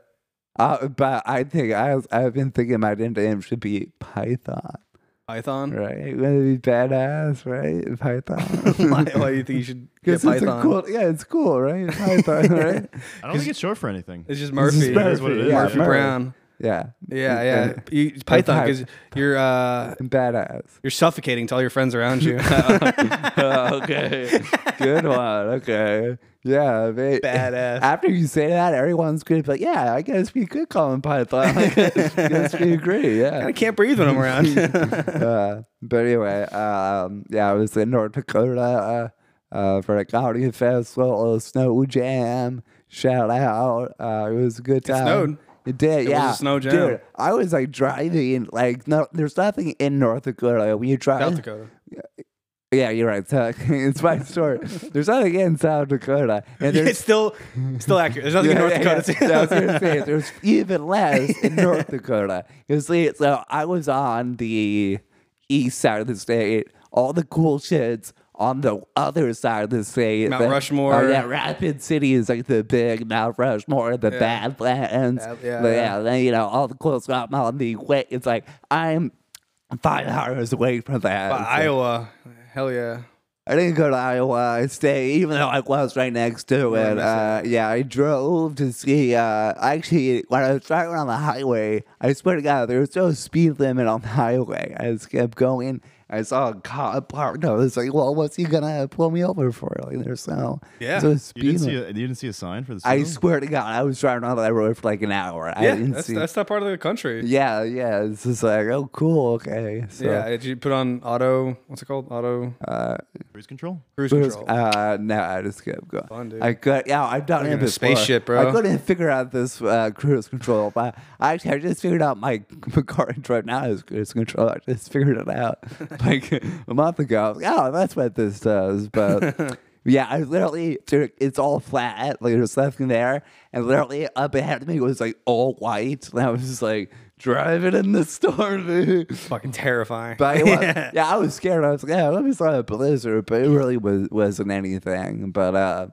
S1: Uh, but I think I was, I've been thinking my name should be Python,
S2: Python.
S1: right? Wouldn't it be badass, right? Python.
S2: (laughs) (laughs) why, why
S1: (laughs)
S2: do you think you should get
S1: Because it's a
S2: Python?
S1: cool, yeah, it's cool, right? Python,
S2: (laughs)
S1: right?
S3: I don't think it's short for anything.
S2: It's just Murphy.
S1: Murphy,
S3: is what it is.
S1: yeah,
S2: Murphy
S1: Murph.
S2: Brown.
S1: Yeah,
S2: Yeah, yeah. You, Python because you're uh,
S1: And badass.
S2: you're suffocating to all your friends
S1: (laughs)
S2: around you. (laughs)
S1: okay, (laughs) good one. Okay, yeah, ba-
S2: Badass.
S1: After you say that, everyone's gonna be like, "Yeah, I guess we could call him Python. I guess, I guess we
S2: (laughs)
S1: agree." Yeah.
S2: I can't breathe when
S1: (laughs)
S2: I'm around. (laughs)
S1: uh, but anyway, um, yeah, I was in North Dakota uh, uh, for a comedy festival, a snow jam. Shout out! Uh, it was a good time.
S2: snowed.
S1: It did.
S2: It was a
S1: yeah,
S2: snow jam.
S1: Dude, I was like driving. Like, no, there's nothing in North Dakota. When you drive,
S2: South Dakota.
S1: yeah, you're right. South- (laughs) it's my story. there's nothing in South Dakota, and
S2: Yeah,
S1: there's
S2: (laughs) it's still still accurate. There's nothing in
S1: (laughs)
S2: North
S1: yeah, yeah,
S2: Dakota.
S1: yeah. I was gonna say there's even less in North Dakota. You see, so I was on the east side of the state. All the cool shits on the other side of the state.
S2: Mount
S1: The-
S2: Rushmore.
S1: Oh, yeah, Rapid City is like the big Mount Rushmore, the Badlands.
S2: Bad- yeah,
S1: But,
S2: yeah.
S1: then, you know, all the cool stuff I'm on the way. It's like I'm five hours away from that.
S2: (laughs) But
S1: So-
S2: Iowa. Hell yeah.
S1: I didn't go to Iowa State, even though I was right next to it. Uh, yeah, I drove to see. Uh, actually, when I was driving on the highway, I swear to God, there was no speed limit on the highway. I just kept going. I saw a car parked. I was like, "Well, what's he gonna pull me over for?" Like, there's no,
S2: Yeah.
S1: there's no
S3: You
S1: speed
S3: didn't see
S1: limit.
S3: a, you didn't see a sign for the
S1: I
S3: signal?
S1: swear to God, I was driving on that road for like an hour. I
S2: Yeah,
S1: didn't
S2: that's
S1: see.
S2: that's that part of the country.
S1: yeah, yeah. It's just like, oh, cool, okay. So, Uh,
S2: Yeah, did you put on auto? What's it called? Auto
S1: (laughs)
S3: Cruise control?
S2: cruise
S1: Bruce-
S2: control.
S1: Uh, no, I just kept going.
S2: Fun, dude.
S1: I could, yeah, I've done it
S2: in a
S1: before.
S2: spaceship, bro.
S1: I couldn't figure out this uh, cruise control, but I actually I just figured out my (laughs) car and drive now is cruise control. I just figured it
S2: (laughs)
S1: out like a month ago. I was like, oh, that's what this does,
S2: (laughs)
S1: but. Yeah, I literally, dude, it's all flat. Like there's nothing there, and literally up ahead of me was like all white, and I was just like driving in the storm. dude.
S2: Fucking terrifying.
S1: But it was, yeah, I was scared. I was like, yeah, let me saw a blizzard, but it really was wasn't anything. But uh,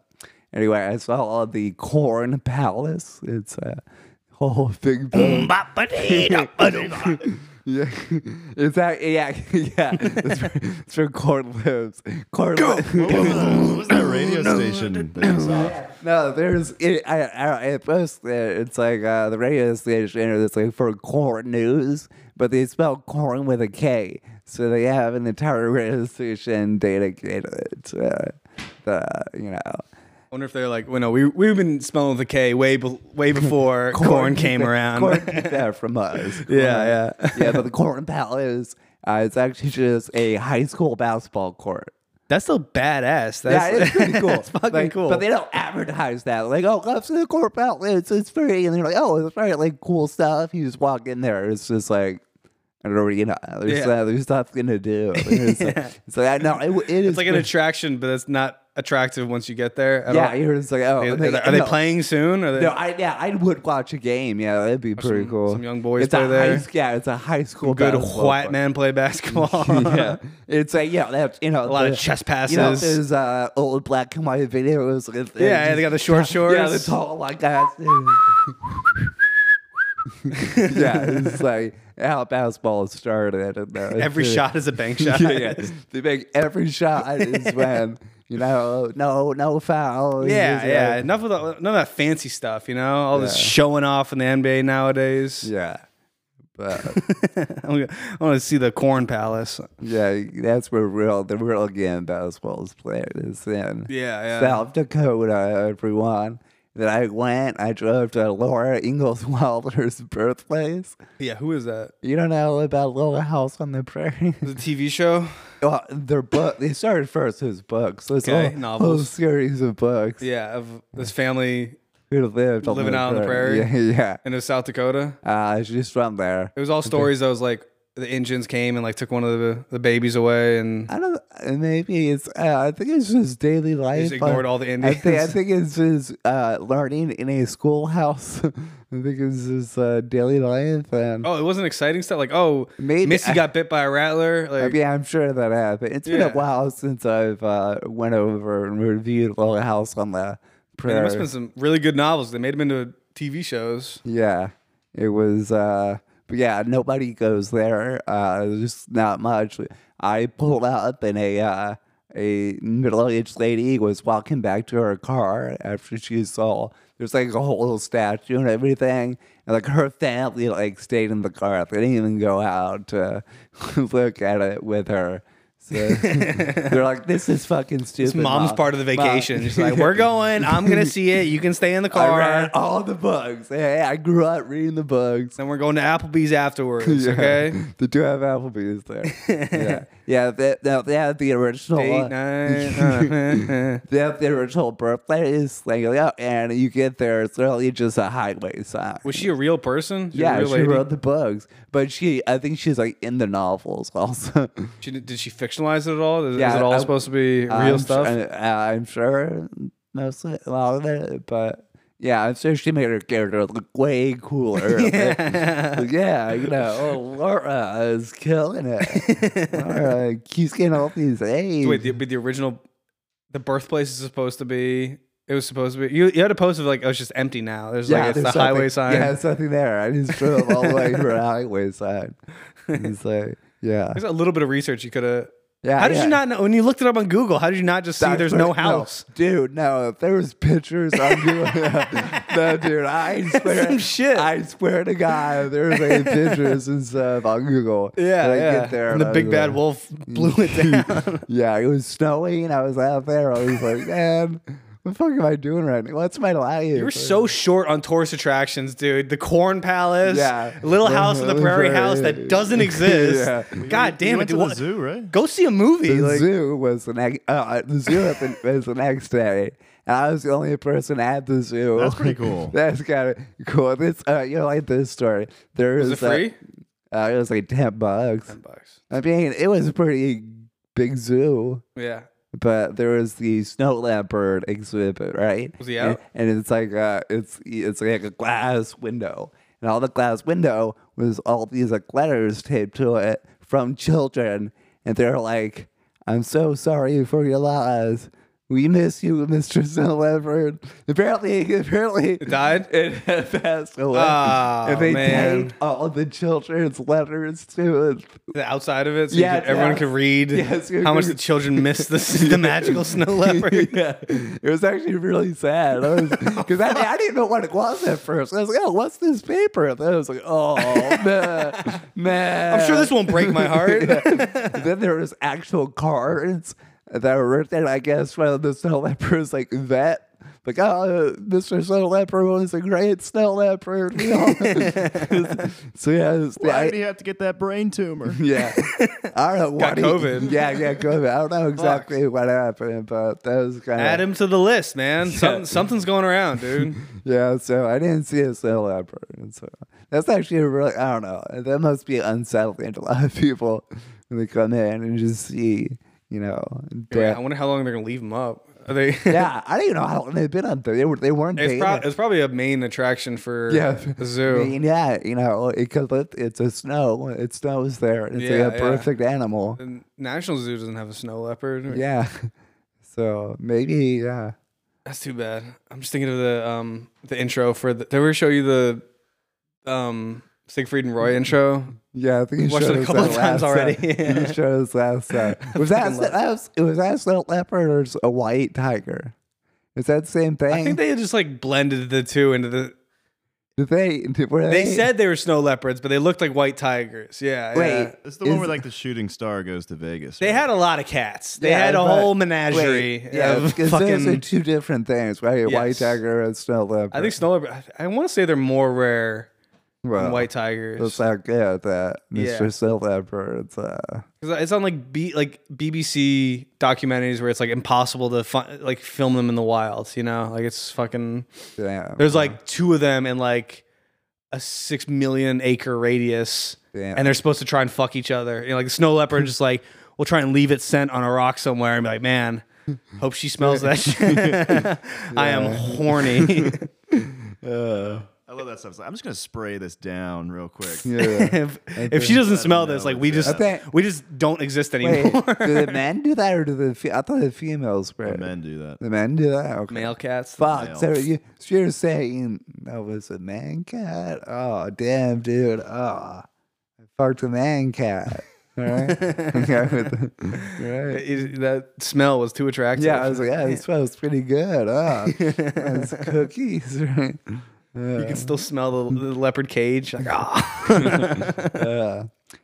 S1: anyway, I saw all the Corn Palace. It's a whole big.
S3: (clears throat)
S1: Yeah, (laughs) it's that. Yeah, (laughs) yeah. It's where, it's where corn lives. Corn. Li-
S3: What was, what was that radio station that you saw?
S1: no, there's. It, I, I, I posted. it. It's like uh, the radio station. It's like for corn news, but they spell corn with a K, so they have an entire radio station dedicated to the you know.
S2: I wonder if they're like, well, no, we we've been smelling the K way be-
S1: (laughs)
S2: way before corn, came around.
S1: Corn there from
S2: (laughs)
S1: us.
S2: Yeah, yeah.
S1: yeah. But the corn palace uh, it's actually just a high school basketball court.
S2: That's still badass. That's,
S1: yeah, it's
S2: (laughs)
S1: pretty cool.
S2: that's fucking
S1: Like,
S2: cool.
S1: But they don't advertise that. Like, oh, go to the corp outlet. It's, it's free. And they're like, oh, it's very like cool stuff. You just walk in there. It's just like, I don't know, you know, there's,
S2: Yeah.
S1: uh, there's nothing to
S2: (laughs)
S1: do. It's, like, it's like, I know, it, it is.
S2: it's like an attraction, but it's not attractive once you get there. At
S1: yeah,
S2: all.
S1: you're just like, oh.
S2: Are,
S1: and
S2: they, are they
S1: no.
S2: playing soon? Are they,
S1: No, I yeah, I would watch a game. Yeah, that'd be pretty
S2: some-
S1: cool.
S2: some young boys
S1: it's a
S2: play there.
S1: High, yeah, it's a high school
S2: good
S1: basketball
S2: white
S1: court.
S2: man play basketball.
S1: (laughs)
S2: (laughs)
S1: yeah, it's like yeah, that you know a
S2: lot of chess
S1: You know,
S2: passes.
S1: there's uh, old black and white videos. With, uh,
S2: Yeah, they got the short
S1: (laughs)
S2: shorts.
S1: Yeah, the tall like (laughs) that. yeah, it's like how basketball started. And, uh, (laughs)
S2: Every shot is a bank shot. (laughs)
S1: yeah, yeah. they make every shot is when you know no no foul.
S2: Yeah,
S1: It's
S2: yeah.
S1: like-
S2: Enough of the, none of that fancy stuff, you know. All this
S1: Yeah.
S2: showing off in the NBA nowadays.
S1: uh, yeah. But
S2: I'm gonna- (laughs) I want to see the Corn Palace.
S1: Yeah, that's where real the real game basketball is played. It's in
S2: Yeah, yeah.
S1: South Dakota, everyone. that I went. I drove to Laura Ingalls Wilder's birthplace.
S2: Yeah, who is that?
S1: You don't know about Little House on the (laughs) Prairie?
S2: The TV show?
S1: well, their uh, book. They started first as books. This
S2: Okay,
S1: whole, whole
S2: novels.
S1: series of books.
S2: Yeah, of this family
S1: Who lived on
S2: Living
S1: the
S2: out on the
S1: (laughs) Yeah,
S2: in uh, South Dakota.
S1: yeah. Uh, she's from there.
S2: It was all stories that was like the Indians came and like took one of the, the babies away and
S1: I don't. uh, Maybe it's. Uh, I think it's just daily life.
S2: just ignored
S1: uh,
S2: all the
S1: I
S2: Indians.
S1: think, I think it's just uh, learning in a schoolhouse. (laughs) I think it's just uh, daily life and
S2: (laughs) oh, it wasn't exciting stuff like oh,
S1: Maybe-
S2: Missy
S1: I-
S2: got bit by a rattler. Like
S1: yeah, I'm sure that happened. It's been
S2: Oh, Yeah.
S1: a while since I've uh, went over and reviewed Little House on the Prairie.
S2: there must have been some really good novels. They made them into TV shows.
S1: Yeah, it was. Uh, but yeah, nobody goes there. Uh, there's not much. I pulled up, and a uh, a middle-aged lady was walking back to her car after she saw there's like a whole statue and everything, and like her family like stayed in the car. They didn't even go out to (laughs) look at it with her. So (laughs) they're like, "This is
S2: (laughs)
S1: fucking stupid."
S2: It's mom's
S1: Mom.
S2: part of the
S1: Mom."
S2: vacation.
S1: (laughs)
S2: She's like, we're going. I'm gonna see it. You can stay in the
S1: I
S2: car.
S1: read all the books. Hey, I grew up reading the books.
S2: Then we're going to Applebee's
S1: (laughs)
S2: afterwards.
S1: Yeah.
S2: Okay.
S1: They do have Applebee's there. yeah. (laughs) Yeah. They, no, they have the original. uh,
S2: Date
S1: (laughs)
S2: night.
S1: they have the original birthplace like, yeah, and you get there, it's literally just a highway sign.
S2: Was she a real person? She a
S1: yeah,
S2: real
S1: she
S2: lady?
S1: wrote the books, but she, I think she's like in the novels (laughs) also.
S2: She did, did she fictionalize it at all? Is, is
S1: Yeah,
S2: it all
S1: I-
S2: supposed to be real
S1: I'm su-
S2: stuff?
S1: I, am sure mostly a lot of it, but yeah, I'm sure she made her character look way (laughs) cooler. yeah. you know, oh, Laura is killing (laughs) it. Laura keeps getting all these A's.
S2: Wait, the, but the original, the birthplace is supposed to be. It was supposed to be. You, you had a post of like, oh, it's just empty now. There's like it's
S1: there's
S2: the
S1: something-
S2: highway sign.
S1: Yeah, there's something there. I just drove
S2: (laughs)
S1: all the way for a highway sign. It's like, yeah.
S2: There's a little bit of research you could have.
S1: yeah
S2: How did
S1: yeah.
S2: you not know when you looked it up on Google? How did you not just see
S1: That's
S2: there's
S1: what-
S2: no house?
S1: dude. No, if there was pictures,
S2: (laughs)
S1: I'm doing no, dude. I swear,
S2: Some shit.
S1: I swear to God, there's like pictures and stuff on Google.
S2: Yeah,
S1: And I
S2: yeah.
S1: Get there
S2: and the
S1: I
S2: big
S1: was
S2: bad
S1: like-
S2: wolf blew
S1: (laughs)
S2: it down.
S1: Yeah, it was snowy, and I was out there. I was
S2: (laughs)
S1: like, man, what the fuck am I doing right now? What's my life?
S2: you were so short on tourist attractions, dude. The Corn Palace,
S1: Yeah.
S2: Little House
S1: (laughs)
S2: of the Prairie House that doesn't exist.
S1: Yeah.
S2: God
S3: you
S2: damn it, dude.
S3: went to the
S2: What-
S3: zoo, right?
S2: Go see a movie.
S1: the
S2: (laughs) like,
S1: zoo was the next. Uh, the zoo at the- was the next day, and I was the only person at the zoo.
S3: That's pretty cool.
S1: (laughs) That's kind of cool. This uh, you like this story? There
S2: is
S1: was
S2: it free?
S1: Uh, uh, it was like ten bucks.
S2: bucks.
S1: I mean, it was a pretty big zoo,
S2: Yeah.
S1: but there was the snow leopard exhibit, right?
S2: Was he
S1: And-
S2: out?
S1: And, it's like uh, it's it's like a glass window, and all the glass window was all these like letters taped to it from children, and they're like, "I'm so sorry for your loss." We miss you, Mr. Snow Leopard. Apparently, apparently,
S2: (laughs)
S1: it
S2: died?
S1: (laughs) It passed away.
S2: Oh,
S1: and they
S2: man.
S1: taped all the children's letters to it.
S2: the outside of it, so you
S1: Yeah,
S2: could- everyone
S1: yeah.
S2: could read
S1: Yeah, so you
S2: how much
S1: could-
S2: the children miss the, (laughs) the magical snow leopard.
S1: (laughs) yeah, it was actually really sad because I, I didn't know what it was at first. I was like, "Oh, what's this paper?" And then I was like, "Oh
S2: (laughs)
S1: man, man."
S2: I'm sure this won't break my heart.
S1: then there was actual cards that were written, I guess, from the snow leopard's like vet. Like, oh, Mr. Snow Leopard was a great snow leopard. (laughs)
S2: (laughs)
S1: We all- so yeah, it was,
S3: Why
S1: I-
S3: did he have to get that brain tumor?
S1: (laughs) yeah. I don't know what
S2: Got
S1: he-
S2: COVID.
S1: yeah, yeah, COVID. I don't know
S2: (laughs)
S1: exactly what happened, but that was kind of
S2: Add him to the list, man. Something, something's going
S1: (laughs)
S2: around, dude.
S1: Yeah, so I didn't see a snow leopard. and So that's actually a really, I don't know. That must be unsettling to a lot of people when they come in and just see, you know,
S2: Yeah.
S1: death.
S2: I wonder how long they're gonna leave him up. Are they? (laughs)
S1: Yeah, I don't even know how long they've been up there. They were they weren't
S2: It's,
S1: dating.
S2: prob- it's probably a main attraction for
S1: yeah,
S2: the
S1: I
S2: zoo.
S1: mean, yeah, you know, because it, it's a snow. It snows there. It's
S2: Yeah,
S1: like
S2: yeah.
S1: a perfect animal.
S2: The National Zoo doesn't have a snow leopard.
S1: Yeah. (laughs) So maybe yeah.
S2: That's too bad. I'm just thinking of the um the intro for the. Did I ever show you the um Siegfried and Roy intro?
S1: Yeah, I think you
S2: Watched
S1: showed
S2: it a
S1: us
S2: couple
S1: that
S2: of (laughs) times
S1: last
S2: already.
S1: time. You showed us last time.
S2: (laughs)
S1: Was that,
S2: fucking love
S1: that was it was that snow leopard or s- a white tiger? Is that the same thing?
S2: I think they just like blended the two into the.
S1: Did they? Did, were
S2: They said they were snow leopards, but they looked like white tigers. Yeah.
S1: Wait,
S2: yeah.
S1: is-
S3: It's the one where like the shooting star goes to Vegas.
S2: They
S3: right?
S2: had a lot of cats. They
S1: Yeah,
S2: had a
S1: but-
S2: whole menagerie
S1: wait, yeah,
S2: of
S1: because
S2: fucking.
S1: those are two different things, right? A White
S2: Yes.
S1: tiger and snow leopard.
S2: I think snow leopard. I, I want to say they're more rare
S1: Well,
S2: than white tigers.
S1: Let's not get that, Mr.
S2: Yeah.
S1: Snow Leopard. It's, uh,
S2: 'Cause it's on like B, like BBC documentaries where it's like impossible to fi- like film them in the wild. You know, like it's fucking.
S1: damn.
S2: There's like two of them in like a six million acre radius,
S1: Damn.
S2: and they're supposed to try and fuck each other. You know, like the snow leopard just like will try and leave its scent on a rock somewhere and be like, man, hope she smells that shit. (laughs) I
S1: (laughs)
S2: am horny.
S3: I love that stuff. It's like, I'm just gonna spray this down real quick.
S1: (laughs)
S2: (laughs)
S1: yeah.
S2: if, if she doesn't smell this, like we
S1: I
S2: just
S1: think-
S2: we just don't exist
S1: Wait,
S2: anymore.
S1: do (laughs) the men do that or do the fe- I thought the females were.
S3: Men
S1: (laughs)
S3: do that.
S1: The men do that? Okay.
S2: (laughs) Male cats.
S1: Fuck. So
S3: males.
S1: you, so you're saying that was a man cat? Oh, damn, dude. Oh, I fucked a man cat. All right. Okay, with the- right.
S2: Is- that smell was too attractive.
S1: Yeah, I was like, yeah, this smells pretty good. Oh, that's cookies, right?
S2: you can still smell the, the
S1: (laughs)
S2: leopard cage. Like, ah.
S1: Uh,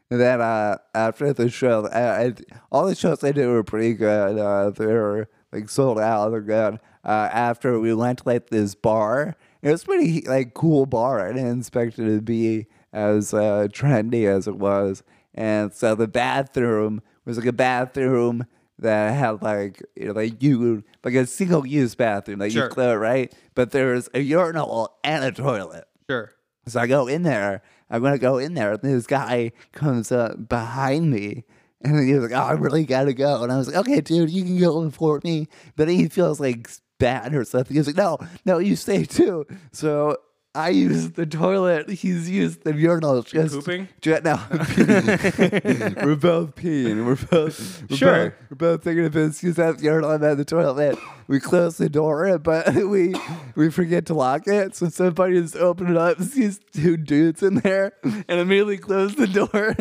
S1: and then uh, after the show, I, I, all the shows I did were pretty good. Uh, they were like sold out. They're good. Uh, after we went to like this bar, it was pretty like cool bar. I didn't expect it to be as uh, trendy as it was. And so the bathroom was like a bathroom that had like you know, like you like a single use bathroom like
S2: Sure.
S1: you clear right, but there was a urinal and a toilet.
S2: sure.
S1: So I go in there. I'm gonna go in there. And this guy comes up behind me, and he was like, "Oh, I really gotta go." And I was like, "Okay, dude, you can go before me." But he feels like bad or something. He's like, "No, no, you stay too." So I used the toilet. He's used the urinal. Just
S2: pooping?
S1: Ju- no, we're both (laughs) peeing. We're both we're
S2: Sure.
S1: both- we're both taking a piss. He's at the urinal. I'm at the toilet. We close the door, but (laughs) we we forget to lock it. So somebody just opened it up, sees two dudes in there, and immediately closed the door.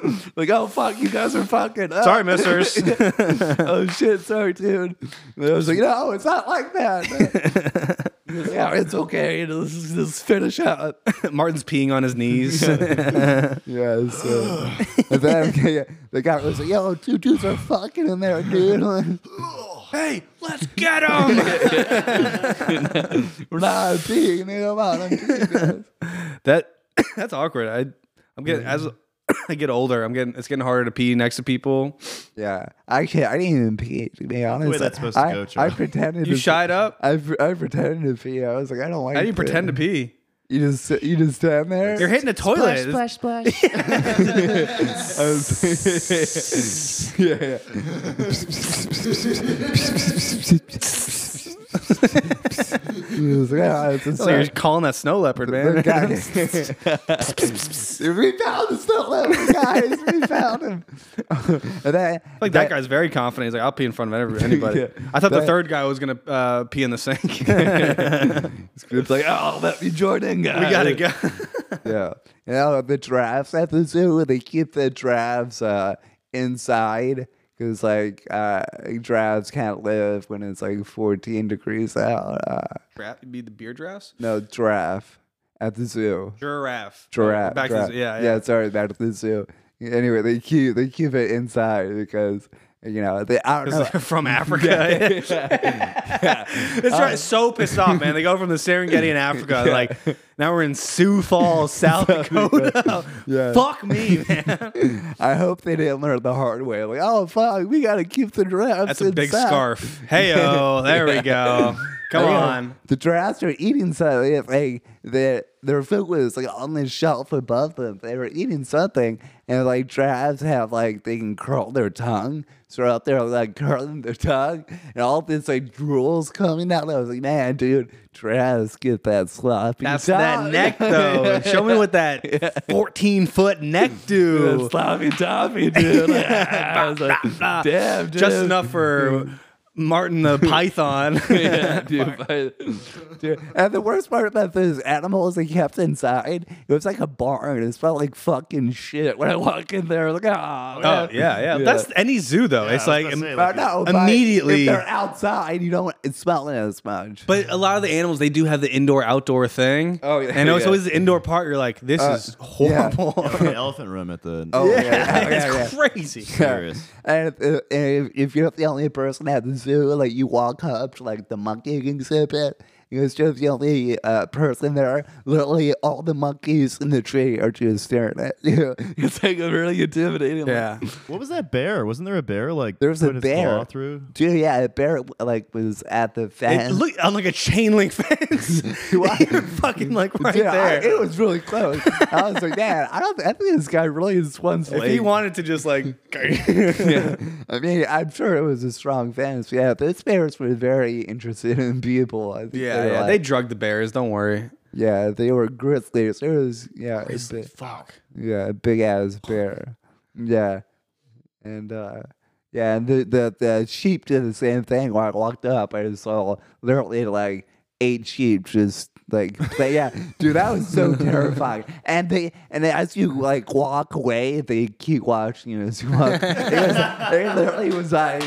S1: (laughs) like, oh fuck, you guys are fucking. up."
S2: Sorry,
S1: (laughs)
S2: missers.
S1: oh shit, sorry, dude. And I was like, no, it's not like that.
S2: (laughs)
S1: yeah, it's okay. Let's just finish up.
S2: (laughs) Martin's peeing on
S1: (laughs)
S2: his knees.
S1: Yeah, so
S3: (sighs)
S1: and then (laughs) okay, yeah, the guy was like, "Yo, two dudes are fucking in there, dude. (laughs)
S2: hey, let's get him.
S1: We're not peeing, man. Come on, I'm
S3: (laughs)
S1: peeing, guys."
S2: (laughs) that (coughs) that's awkward. I I'm getting as (coughs) I get older, I'm getting it's getting harder to pee next to people.
S1: Yeah, actually, I didn't even pee. To be honest,
S3: that's supposed to
S1: I,
S3: go,
S1: I
S3: Charlie.
S1: pretended.
S2: You
S1: to
S2: shied up.
S1: I, pre- I pretended to pee. I was like, I don't like.
S2: How do you pretend to pee?
S1: You just sit- you just stand there.
S2: You're hitting a toilet.
S4: Splash, splash, splash.
S1: I was- (laughs) yeah, yeah. It was like, "Ah, it's a
S2: So you're calling that snow leopard, man.
S1: The guy- (laughs) we found the snow leopard, guys. We found him. (laughs) and then,
S2: (laughs) Like that guy's very confident. He's like, I'll pee in front of every-
S1: (laughs)
S2: anybody.
S1: Yeah.
S2: I thought
S1: That-
S2: the third guy was gonna uh, pee in the sink. (laughs) it's like, oh,
S1: Let me join in, guys.
S2: we
S1: (laughs)
S2: gotta go.
S1: Yeah. You know, the giraffes at the zoo, they keep the giraffes uh, inside because, like, uh, giraffes can't live when it's like 14 degrees out. Uh,
S2: Dra- be the beer drafts.
S1: no, giraffe at the zoo.
S2: Giraffe.
S1: giraffe.
S2: Oh, Back
S1: giraffe.
S2: To, the- yeah, yeah.
S1: Sorry, back to the zoo. Anyway, they keep they keep it inside because you know they I don't know.
S2: They're (laughs) from Africa. (laughs) That's right. So pissed off, man. They go from the Serengeti in Africa, (laughs) like now we're in Sioux Falls, (laughs) South (laughs) Dakota.
S1: Yeah.
S2: Fuck me, (laughs) man.
S1: I hope they didn't learn the hard way. Like, oh fuck, we gotta keep the giraffes.
S2: That's a big
S1: inside.
S2: scarf. Hey, (laughs) oh, there we go. Come
S1: Like,
S2: on.
S1: The giraffes are eating something. Like their their food was like on the shelf above them. They were eating something, and like giraffes have like they can curl their tongue. So they're out there like curling their tongue, and all this like drools coming out. I was like, man, dude, giraffes get that sloppy.
S2: That's
S1: tongue.
S2: that neck, (laughs) though. Show me what that 14 foot (laughs) neck do. (laughs)
S1: sloppy toppy, dude. I was like, Damn, dude.
S2: Just enough for Martin (laughs) the Python. (laughs)
S1: (laughs)
S4: yeah, dude. but-
S1: Dude, and the worst part about those animals they kept inside, it was like a barn. It smelled like fucking shit when I walk in there. I was like, oh,
S2: Oh, yeah, yeah, That's any zoo though. it's
S3: I
S2: like,
S3: was gonna say,
S2: um,
S1: But
S3: like,
S1: no, but
S2: Immediately-
S1: if they're outside, you don't smell it as much.
S2: but a lot of the animals they do have the indoor outdoor thing.
S1: Oh, yeah.
S2: and it's
S1: Yeah.
S2: always the indoor part. You're like, this
S1: Uh,
S2: is horrible. (laughs)
S3: it's like an elephant room at the.
S1: oh yeah, (laughs) yeah, yeah, yeah.
S2: it's crazy.
S1: (laughs)
S3: Serious.
S1: And if, uh, and if, if you're the only person at the zoo, like you walk up to like the monkey exhibit, and it's just the only uh, person there. Literally, all the monkeys in the tree are just staring at you. (laughs) It's like really intimidating.
S2: Yeah.
S3: What was that bear? Wasn't there a bear like
S1: There was a
S3: put its
S1: bear.
S3: claw through?
S1: Dude, yeah, a bear like was at the
S2: It,
S1: fence.
S2: look, on like a chain
S1: (laughs)
S2: link (laughs) fence. (laughs) You're
S1: Why?
S2: fucking like right
S1: Dude, I-
S2: there.
S1: it was really close. I was like, man, I don't. I think this guy really is one.
S2: if he wanted to
S1: (laughs)
S2: just like, (laughs)
S1: I mean, I'm sure it was a strong fence. Yeah, but its bears were very interested in people. I think
S2: yeah,
S1: they were
S2: yeah.
S1: like-
S2: They drug the bears. Don't worry.
S1: Yeah, they were grizzlies. There was yeah, a big,
S2: Fuck.
S1: yeah, a big ass bear. Yeah, and uh, yeah, and the, the the sheep did the same thing. When I walked up, I just saw literally like eight sheep just like but yeah, dude, that was
S2: (laughs)
S1: so terrifying. And they and then as you like walk away, they keep watching you as you
S2: (laughs)
S1: walk. It, was, it literally was like.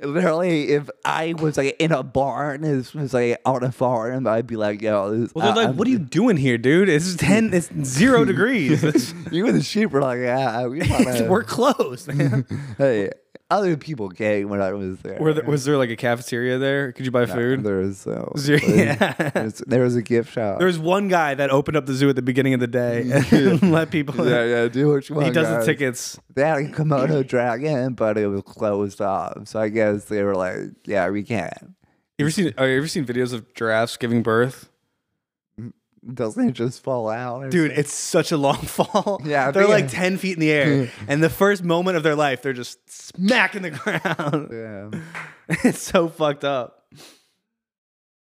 S1: Literally, if I was like in a barn, this was like out of farm, I'd be like, "Yo, this,
S2: Well, they're
S1: I-
S2: like,
S1: I'm-
S2: what are you doing here, dude? It's Uh, (laughs) ten. It's (laughs)
S1: (laughs)
S2: zero degrees. It's,
S1: You and the sheep were like, yeah,
S2: (laughs)
S1: we
S2: it's, we're
S1: want
S2: closed. Man.
S1: Hey, other people came when I was there.
S2: (laughs) Were there, was there like a cafeteria there? Could you buy food?
S1: There was so
S2: Zero- (laughs) yeah.
S1: there, was, there was a gift shop.
S2: There was one guy that opened up the zoo at the beginning of the day (laughs) and let people.
S1: yeah, yeah, do what you want.
S2: (laughs) He does the
S1: guys.
S2: tickets.
S1: They had a Komodo dragon, but it was closed off. So I guess they were like, yeah, we can't.
S2: You ever seen? Have you ever seen videos of giraffes giving birth?
S1: Doesn't it just fall out? or
S2: Dude, it's such a long (laughs) fall.
S1: Yeah, I
S2: they're
S1: think-
S2: like ten feet in the air, and the first moment of their life, they're just smacking the (laughs) ground.
S1: something?
S2: it's so fucked up.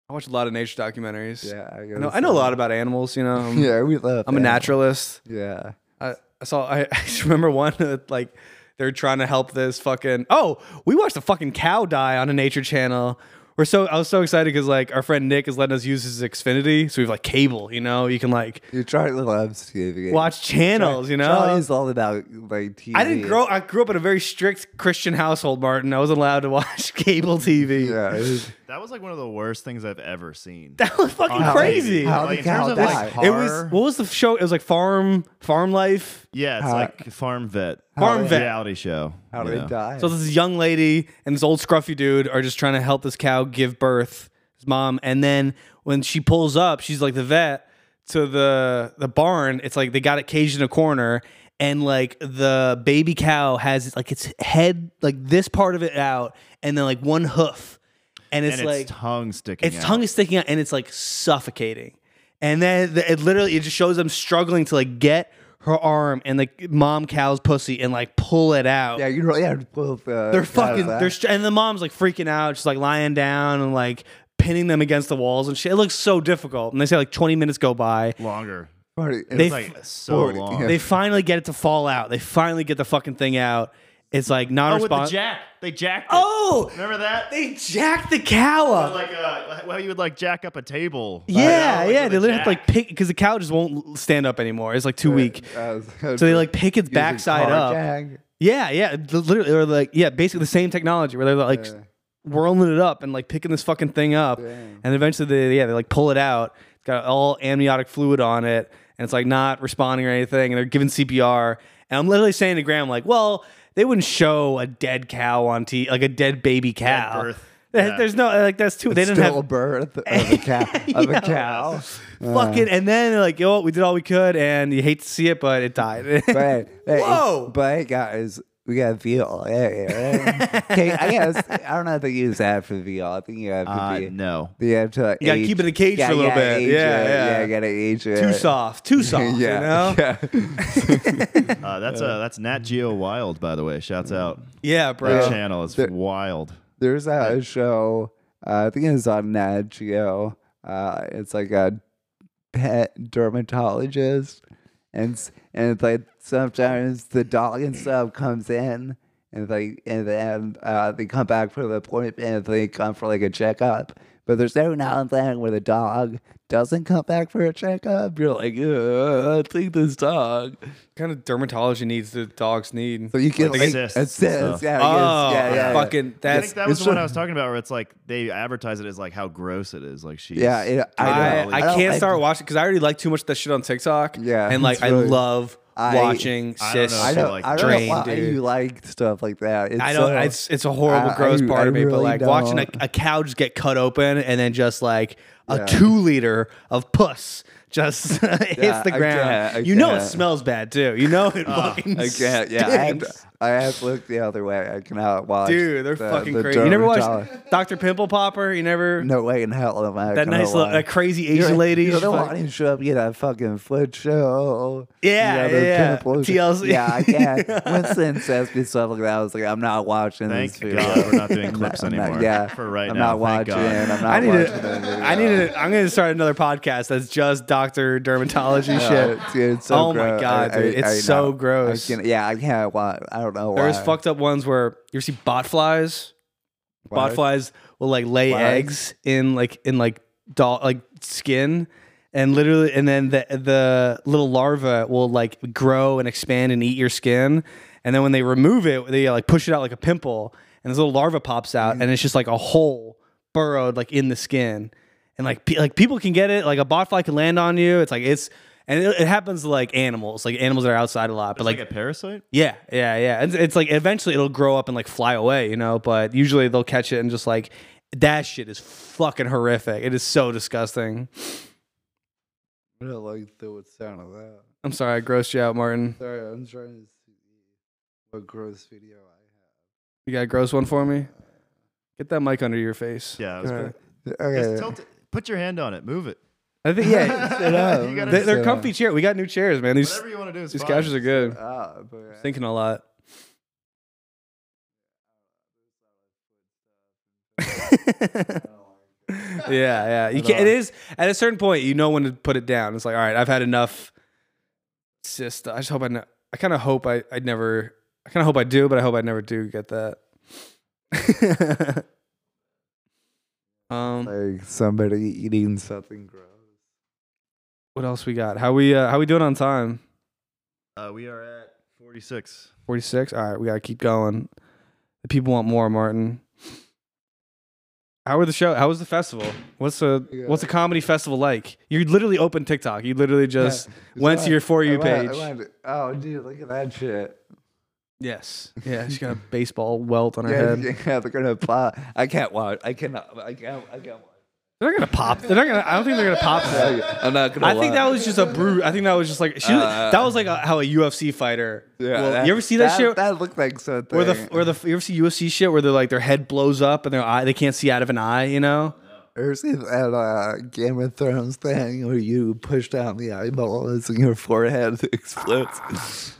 S2: I watch a lot of nature documentaries.
S1: Yeah, yeah. I,
S2: I know,
S1: guess
S2: I know a
S1: so.
S2: lot about animals. You know, (laughs) I'm,
S1: Yeah, we love.
S2: I'm a
S1: that.
S2: naturalist.
S1: Yeah.
S2: I, I saw. I, (laughs) I just remember one that like they're trying to help this fucking. Oh, we watched a fucking cow die on a Nature Channel. We're so I was so excited because like our friend Nick is letting us use his Xfinity, so we've like cable. You know, you can like
S1: You try to love TV.
S2: watch channels. You know,
S1: Charlie's all about like TV.
S2: I didn't grow. I grew up in a very strict Christian household, Martin. I wasn't allowed to (laughs) watch cable TV.
S1: Yeah. it
S2: (laughs)
S1: was-
S3: That was like one of the worst things I've ever seen.
S2: That was fucking
S3: On TV.
S2: crazy.
S1: How
S3: Like,
S1: the
S3: in terms
S1: cow
S3: of, like,
S1: died.
S2: It
S3: horror,
S2: was what was the show? It was like farm farm life.
S3: Yeah, it's
S1: How-
S3: like Farm Vet.
S2: Farm
S3: It's a
S2: Vet.
S3: reality show.
S1: How
S3: you
S1: did
S3: know.
S1: they die?
S2: So this young lady and this old scruffy dude are just trying to help this cow give birth, his mom, and then when she pulls up, she's like the vet to the the barn. It's like they got it caged in a corner, and like the baby cow has like its head, like this part of it out, and then like one hoof, and it's
S3: And
S2: like
S3: its tongue sticking.
S2: its
S3: out.
S2: tongue is sticking out and it's like suffocating and then the, it literally it just shows them struggling to like get her arm and like mom cow's pussy and like pull it out
S1: Yeah, you really had to pull uh, the.
S2: they're fucking they're str- and the mom's like freaking out she's like lying down and like pinning them against the walls and shit it looks so difficult and they say like 20 minutes go (laughs) by
S3: longer.
S1: Party.
S2: they
S1: They,
S2: f-
S3: Like so
S1: Forty,
S3: long.
S1: yeah.
S2: they finally get it to fall out they finally get the fucking thing out it's like
S3: oh, with the
S2: non-responsive
S3: jack. They jacked. It.
S2: oh
S3: remember that?
S2: they jacked the cow up
S3: like uh, well, you would like jack up a table.
S2: Yeah, yeah. They literally have
S3: jack.
S2: to (laughs) like pick because the cow just won't stand up anymore. It's like too weak.
S1: uh,
S2: So they like pick its backside up. Yeah, yeah. li- Literally, or like yeah, basically the same technology where they're like whirling it up and like picking this fucking thing up, and eventually they yeah they like pull it out. It's got all amniotic fluid on it, and it's like not responding or anything, and they're giving CPR. And I'm literally saying to Graham like, well, they wouldn't show a dead cow on T like a dead baby cow.
S3: birth.
S2: (laughs) There-
S3: Yeah.
S2: There's no like that's too. they
S1: They
S2: didn't
S1: didn't
S2: have
S1: have a
S2: (laughs)
S1: birth of a cow. Of
S2: Yeah.
S1: a
S2: (laughs)
S1: cow. Uh.
S2: fucking and then they're like yo we did all we could and you hate to see it but it died (laughs)
S1: But hey,
S2: Whoa!
S1: But hey, guys, we got VR. Hey,
S2: (laughs)
S1: hey. okay, I guess I don't know if they use that for VR. I think you have to
S3: Uh,
S1: be.
S3: no.
S2: (laughs)
S1: You have to.
S2: You gotta keep it in a cage for a little bit.
S1: Age
S2: Yeah,
S1: it.
S2: yeah.
S1: yeah. You gotta age it. (laughs)
S2: too soft too
S1: yeah,
S2: soft you know yeah,
S1: yeah.
S3: Uh, that's uh, that's Nat Geo Wild, by the way. Shouts out.
S2: bro
S3: That channel is wild.
S1: There's a show. Uh, I think it's on Nat Geo. Uh, it's like a pet dermatologist, and s- and it's like sometimes the dog and stuff comes in and they and then uh, they come back for the appointment and they come for like a checkup. But there's every now and then where the dog doesn't come back for a checkup. You're like, "Ugh, I think this dog.
S2: kind of dermatology needs the dogs need?
S1: So you get
S3: Like
S1: like
S3: cysts
S1: cysts.
S3: and stuff.
S1: Yeah,
S2: oh,
S1: yes, yeah, yeah, yeah.
S2: fucking
S3: I
S2: that's
S3: think that was
S1: it's
S3: the one
S1: so-
S3: I was talking about, where it's like they advertise it as like how gross it is. Like she's
S1: Yeah, it-
S2: I,
S1: I
S2: I,
S1: know. don't
S2: can't
S1: like-
S2: start watching because I already like too much of that shit on TikTok.
S1: Yeah,
S2: and like
S1: it's really-
S2: I love
S1: I-
S2: watching
S3: I don't
S2: cis.
S3: know
S1: I
S3: if
S1: don't,
S3: like
S1: I don't
S2: drain,
S1: know why
S2: dude.
S1: you like stuff like that. It's
S2: I don't.
S1: so-
S2: it's it's a horrible,
S1: I-
S2: gross
S1: I-
S2: part
S1: I
S2: of me. but
S1: really
S2: like watching a,
S1: don't.
S2: a couch get cut open and then just like a
S1: Yeah.
S2: two liter of puss just (laughs) hits
S1: Yeah,
S2: the
S1: I
S2: ground.
S1: can't, I
S2: you know it
S1: can't.
S2: smells bad too. You know it fucking
S1: I can't. Yeah, I
S2: (laughs)
S1: have, to,
S2: stinks.
S1: I have to look the other way. I cannot watch.
S2: Dude, they're
S1: the-
S2: fucking
S1: the
S2: crazy. You never watched
S1: dermatolog-
S2: Doctor Pimple Popper? You never
S1: No way in hell am I.
S2: that
S1: gonna
S2: nice little,
S1: watch.
S2: that crazy Asian lady?
S1: You know,
S2: She's
S1: the
S2: fucking-
S1: one who showed up, you know, fucking Flint show.
S2: Yeah,
S1: you know, the
S2: yeah,
S1: Tim Floyd-
S2: TLC.
S1: Yeah,
S2: (laughs)
S1: I can't. Winston says me stuff like that. I was like, I'm not watching
S3: Thank
S1: this video.
S3: God we're not doing
S1: (laughs)
S3: clips
S1: I'm not-
S3: anymore.
S1: yeah,
S3: for right
S1: I'm
S3: now.
S1: not watching.
S3: Thank
S1: I'm
S3: God.
S1: not
S2: I need
S1: watching.
S2: to. I need to. I'm going to start another podcast that's just doctor dermatology shit.
S1: (laughs) Yeah, dude, it's so
S2: oh my
S1: gross.
S2: god,
S1: I-
S2: dude,
S1: I-
S2: it's
S1: I
S2: so
S1: know.
S2: gross.
S1: I can, yeah, I can't watch. I don't know.
S2: There's
S1: why.
S2: fucked up ones where you ever see bot flies.
S1: Why?
S2: Bot flies will like lay
S1: Why?
S2: eggs in like in like doll like skin. And literally, and then the the little larva will like grow and expand and eat your skin, and then when they remove it, they like push it out like a pimple, and this little larva pops out,
S3: Mm-hmm.
S2: and it's just like a hole burrowed like in the skin, and like pe- like people can get it, like a botfly can land on you. It's like it's and it, it happens to like animals, like animals that are outside a lot, but
S3: It's like, a parasite.
S2: yeah, yeah, yeah. It's, it's like eventually it'll grow up and like fly away, you know. But usually they'll catch it and just like that shit is fucking horrific. It is so disgusting.
S1: I don't like the what sound of that.
S2: I'm sorry, I grossed you out, Martin.
S1: Sorry, I'm trying to see what gross video I
S2: You got a gross one for me? Get that mic under your face.
S3: Yeah, it was
S1: have.
S3: Just
S1: (laughs)
S3: tilt it. Put your hand on it. Move it.
S2: I think
S3: (laughs)
S2: yeah.
S1: Sit (laughs) up.
S3: You gotta
S2: they, they're
S1: Sit
S2: comfy chair. We got new chairs, man. These
S3: Whatever you want to do is
S2: these
S3: fine.
S2: couches are
S1: up.
S2: good.
S1: Ah,
S2: (laughs)
S1: But,
S2: Thinking a lot. yeah, yeah. You can, it is at a certain point. You know when to put it down. It's like, all right, I've had enough. Cyst. I just hope I. Ne- I kind of hope I. I never. I kind of hope I do, but I hope I never do get that. um.
S1: (laughs) like somebody eating something gross.
S2: What else we got? How we? Uh, how we doing on time?
S3: Uh, we are at 46.
S2: Forty six. All right, we gotta keep going. The people want more, Martin. How were the show? How was the festival? What's a
S1: Yeah.
S2: what's a comedy festival like? You literally open TikTok. You
S1: (laughs)
S2: literally just went to your for you page.
S1: oh, dude, look at that shit.
S2: Yes. Yeah, she's got
S1: (laughs)
S2: a baseball welt on her
S1: Yeah,
S2: head.
S1: (laughs) yeah, they're gonna apply. I can't watch. I cannot. I can't. I can't watch.
S2: They're not gonna pop. They're not gonna. I don't think they're gonna pop. That.
S1: I, I'm not gonna.
S2: I think that
S1: lie.
S2: was just a brew. I think that was just like she.
S1: Uh,
S2: that was like a, how a UFC fighter.
S1: Yeah,
S2: will- you ever see that, shit?
S1: That looked like something.
S2: or the or the you ever see UFC shit where they're like their head blows up and their eye they can't see out of an eye. You know.
S1: Or see that uh, Game of Thrones thing where you push down the eyeballs and your forehead (laughs)
S2: (laughs)
S1: explodes.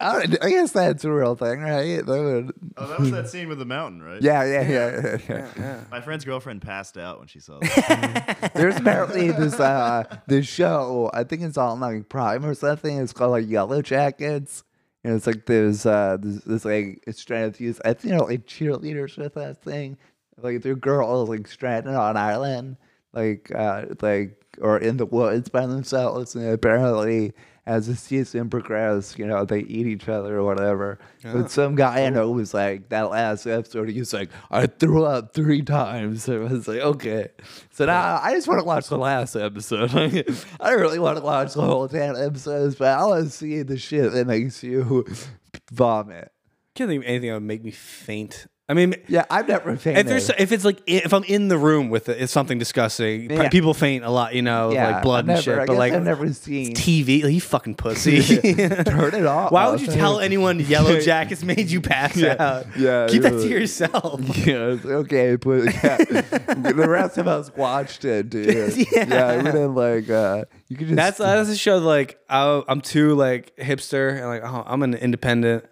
S1: I, don't- I guess that's a real thing, right? That would,
S3: Oh, that was that scene with the mountain, right?
S1: yeah, yeah, yeah, yeah, yeah.
S3: My friend's girlfriend passed out when
S2: (laughs)
S3: she saw that.
S1: There's apparently this uh this show. I think it's on like Prime or something. It's called like Yellow Jackets, and it's like this uh this, this like it's trying to use. I think they're like cheerleaders with that thing. Like they're girls like stranded on an island, like uh like or in the woods by themselves, and apparently. As the season progressed, you know, they eat each other or whatever. But some guy I know was like, that last episode, he was like, I threw up three times. (laughs) And I was like, okay. So now I just want to watch the last episode. (laughs) I don't really want to watch the whole 10 episodes, but I want to see the shit that makes you (laughs) vomit.
S2: can't think of anything that would make me faint. I mean,
S1: Yeah, I've never fainted.
S2: if there's if it's like if I'm in the room with it, it's something disgusting.
S1: Yeah.
S2: People faint a lot, you know,
S1: yeah,
S2: like blood
S1: I've never,
S2: and shit.
S1: I
S2: but
S1: guess
S2: like
S1: I've never
S2: (laughs)
S1: seen.
S2: TV, like, you
S1: (laughs)
S2: fucking pussy.
S1: Turn it off.
S2: (laughs) Why would you tell anyone Yellow Jackets made you pass out?
S1: Oh, (laughs) Yeah,
S2: (laughs) keep that to
S1: really. (laughs)
S2: yourself.
S1: Yeah, it's okay, but (laughs) yeah, the rest of us watched it, dude.
S2: (laughs) Yeah.
S1: yeah we didn't like. Uh, you could just
S2: That's that's a show that, like I, I'm too like hipster and like oh, I'm an independent.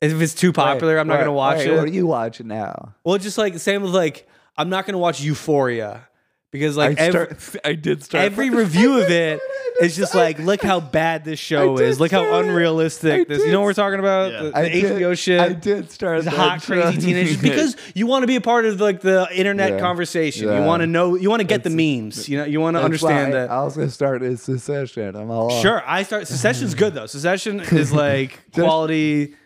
S2: If it's too popular, I'm not
S1: Wait,
S2: gonna watch
S1: wait,
S2: it.
S1: What are you watching now?
S2: Well, just like same with like I'm not gonna watch Euphoria because like
S1: I,
S2: ev-
S1: start,
S2: (laughs)
S1: I did start.
S2: every review of
S1: (laughs)
S2: it is just like, look how bad this show
S1: I
S2: is.
S1: did
S2: Look how
S1: start it. I
S2: unrealistic this. You
S1: did
S2: know what we're talking about?
S3: Yeah.
S2: The,
S3: I
S2: the
S1: did-
S2: HBO shit.
S1: I did start.
S2: These
S1: that
S2: hot, crazy
S1: (laughs) show.
S2: teenagers because you want to be a part of like the internet
S1: Yeah.
S2: conversation. You
S1: Yeah.
S2: want to know. You want to get the memes. You know. You want to
S1: That's
S2: understand
S1: why
S2: that.
S1: I also started secession. I'm all on.
S2: Sure, I start. Secession's good
S1: (laughs)
S2: though. Secession is like quality.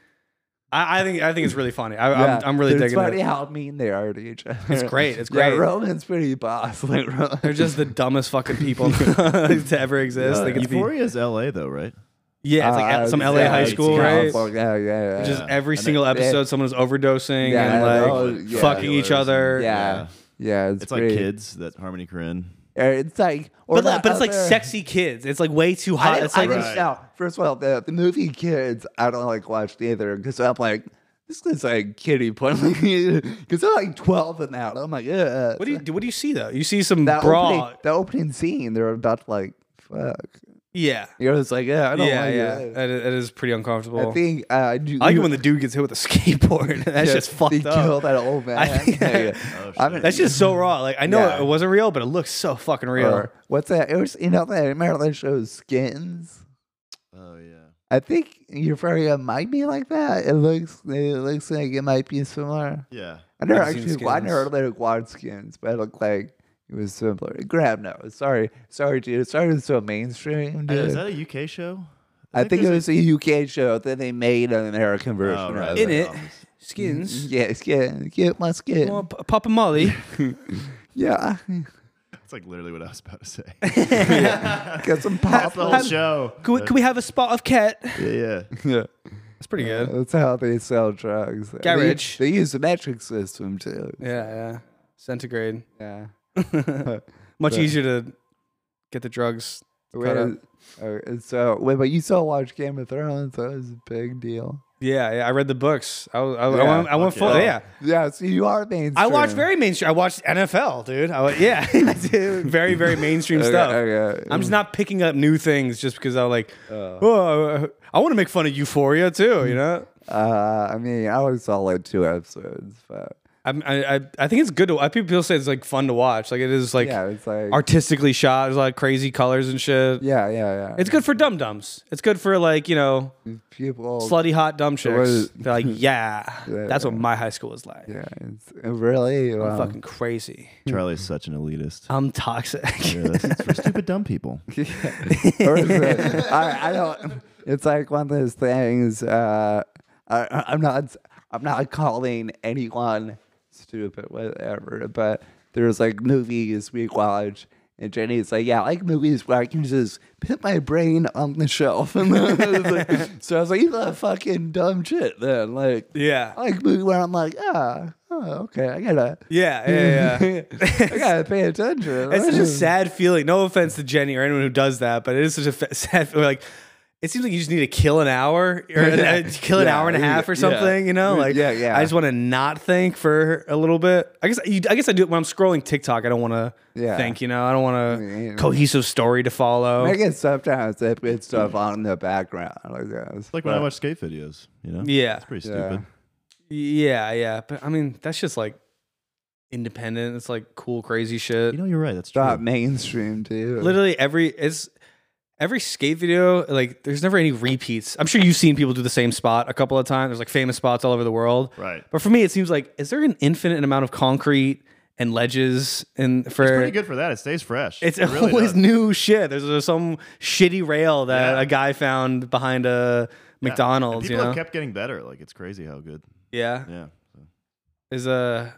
S2: I, I think I think it's really funny. I,
S1: Yeah.
S2: I'm, I'm really
S1: Dude,
S2: digging
S1: It's funny
S2: it.
S1: how mean they are to each other.
S2: It's great. It's
S1: (laughs) Yeah,
S2: great.
S1: Roman's pretty boss. (laughs) Like Roman.
S2: They're just the dumbest
S1: (laughs)
S2: fucking people (laughs) to ever exist. Like it's the,
S3: Euphoria is L.A. though, right?
S2: yeah, it's like
S1: Uh,
S2: at some
S1: yeah,
S2: LA high
S1: it's
S2: school, right?
S1: California. Yeah, yeah, yeah.
S2: Just
S3: Yeah.
S2: every
S3: And
S2: single
S3: they-
S2: episode, someone's overdosing
S1: Yeah,
S2: and
S1: I
S2: like oh,
S1: know, yeah.
S2: fucking each other.
S1: yeah. Yeah, it's,
S3: It's like
S1: great.
S3: kids that Harmony Korine.
S1: Or It's like, or
S2: But, like,
S1: that
S2: but it's like
S1: other-
S2: sexy kids. It's like way too
S1: I
S2: hot.
S1: didn't,
S2: It's
S1: I
S2: like
S1: didn't
S3: Right.
S1: know. First of all, the, the movie Kids, I don't like watched either because I'm like, this is like kiddie porn. (laughs) Because I'm like 12 and out. I'm like, yeah.
S2: what do you what do you see though? You see some
S1: that
S2: bra.
S1: opening, the opening scene, they're about to like, fuck.
S2: Yeah.
S1: You're just like, yeah, I don't
S2: Yeah,
S1: like
S2: yeah.
S1: it.
S2: That is, that is pretty uncomfortable.
S1: I think uh, I do.
S2: I like it
S1: (laughs)
S2: when the dude gets hit with a (laughs) skateboard. That's just
S1: they
S2: fucked
S1: killed
S2: up.
S1: that old man.
S2: (laughs) I think-
S3: Oh,
S1: I mean,
S2: That's just so raw. Like I know
S1: Yeah.
S2: it wasn't real, but it looks so fucking real.
S1: or what's that? It was you know that Maryland show Skins.
S3: Oh yeah.
S1: I think Euphoria might be like that. It looks it looks like it might be similar.
S3: Yeah.
S1: I never
S2: I've seen
S1: actually I never like watched Skins, but it looked like it was similar. Grab nose. Sorry, sorry, dude. Sorry, it's so mainstream,
S3: Uh,
S1: dude.
S3: Is that a UK show?
S1: I think it was
S3: there's
S1: a UK show. Then they made an American
S3: a-
S1: version.
S3: Oh,
S1: of
S3: right.
S2: In it.
S3: Office.
S2: Skins.
S1: mm, Yeah, skin. Get my skin.
S2: Well, P-
S1: (laughs)
S2: Papa Molly.
S1: Yeah,
S3: That's like literally what I was about to say.
S2: (laughs)
S1: get some
S3: (laughs)
S1: pop.
S3: the whole
S2: Have-
S3: show.
S2: Can we, can we have a spot of cat?
S3: Yeah, yeah.
S1: Yeah.
S2: That's pretty good.
S1: That's how they sell drugs. They-
S2: Garage.
S1: They, use the metric system too.
S2: Yeah, yeah. Centigrade.
S1: Yeah.
S2: (laughs)
S1: (laughs)
S2: Much easier to get the drugs.
S1: Wait,
S2: up.
S1: uh, and so wait, but you still watch Game of Thrones? That was a big deal.
S2: Yeah, yeah. I read the books. I, was- I, I
S1: Yeah,
S2: went, I went
S3: fuck
S2: full.
S3: yeah.
S2: Yeah.
S1: Yeah, so you are mainstream.
S2: I
S1: (laughs)
S2: watched very mainstream. I watched NFL, dude. I, wa- (laughs) yeah, I did (laughs) very very
S1: (laughs)
S2: mainstream
S1: Okay,
S2: stuff.
S1: okay.
S2: I'm just not picking up new things just because I like. Oh, I, want to make fun of Euphoria
S1: Mm.
S2: too. You know,
S1: Uh, I mean, I only saw like two episodes, but
S2: I'm- I I, I think it's good to. I people say it's like fun to watch. Like it is like
S1: yeah, it's like
S2: artistically shot. There's a lot of crazy colors and shit.
S1: yeah, yeah, yeah.
S2: It's good for dum dums. It's good for like you know
S1: people.
S2: slutty hot dumb chicks.
S1: was- (laughs)
S2: They're like, yeah, that's what my high school was like.
S1: yeah, it's it really um,
S2: I'm
S1: wow.
S2: fucking crazy.
S3: Charlie's such an
S2: (laughs)
S3: elitist.
S2: I'm toxic. (laughs)
S3: Yeah, that's, it's for stupid dumb people.
S1: (laughs) or is it, I, I don't. It's like one of those things. Uh, I- I, I'm not. I'm not calling anyone stupid, whatever. But there's like movies we watch, and Jenny's like, "Yeah, I like movies where I can just put my brain on the shelf." (laughs) And then I was like- so I was like, "You love fucking dumb shit." Then like,
S2: yeah.
S1: I like movie where I'm like, "Ah, oh, okay, I gotta,
S2: Yeah, yeah, yeah.
S1: (laughs) I gotta pay attention."
S2: It's such a sad feeling. No offense to Jenny or anyone who does that, but it is such a fa- (laughs) sad feeling. Like, it seems like you just need to kill an hour
S1: (laughs)
S2: or uh, kill an
S1: Yeah,
S2: hour and a half
S1: yeah.
S2: or something. You know, like
S1: Yeah, yeah.
S2: I just want to not think for a little bit. I guess you, I guess I do it when I'm scrolling TikTok. I don't want to
S1: Yeah.
S2: think. You know, I don't want
S1: Yeah.
S2: a cohesive story to follow.
S1: I guess sometimes they put stuff on in the background. I guess.
S3: It's like when I watch skate videos, you know?
S2: Yeah,
S3: It's pretty
S1: Yeah.
S3: stupid.
S2: yeah, yeah. But I mean, that's just like independent. It's like cool, crazy shit.
S3: You know, you're right. That's true.
S1: not mainstream too.
S2: literally every it's every skate video like there's never any repeats i'm sure you've seen people do the same spot a couple of times there's like famous spots all over the world
S3: Right.
S2: but for me it seems like is there an infinite amount of concrete and ledges and for
S3: It's pretty good for that. It stays fresh.
S2: it's
S3: It really
S2: always
S3: does.
S2: new shit there's, there's some shitty rail that
S3: Yeah.
S2: a guy found behind a
S3: Yeah. And
S2: mcdonald's you
S3: People
S2: know
S3: have kept getting better. Like it's crazy how good.
S2: yeah
S3: Yeah.
S2: is a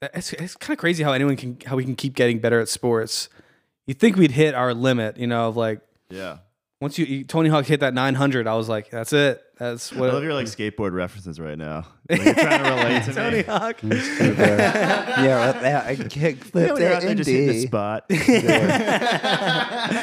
S2: it's, it's kind of crazy how anyone can how we can keep getting better at sports you'd think we'd hit our limit you know of like
S3: Yeah.
S2: once you, you- Tony Hawk hit that 900, I was like, that's it. That's
S3: I
S2: what.
S3: love your like skateboard references right now. Like, you're trying to relate
S2: (laughs)
S3: to
S2: Tony
S3: me.
S2: Hawk.
S1: (laughs) Mm. yeah, with that I
S3: Yeah, (laughs)
S1: kickflip
S3: when you're
S1: that
S3: out there just hitting
S1: indie.
S3: the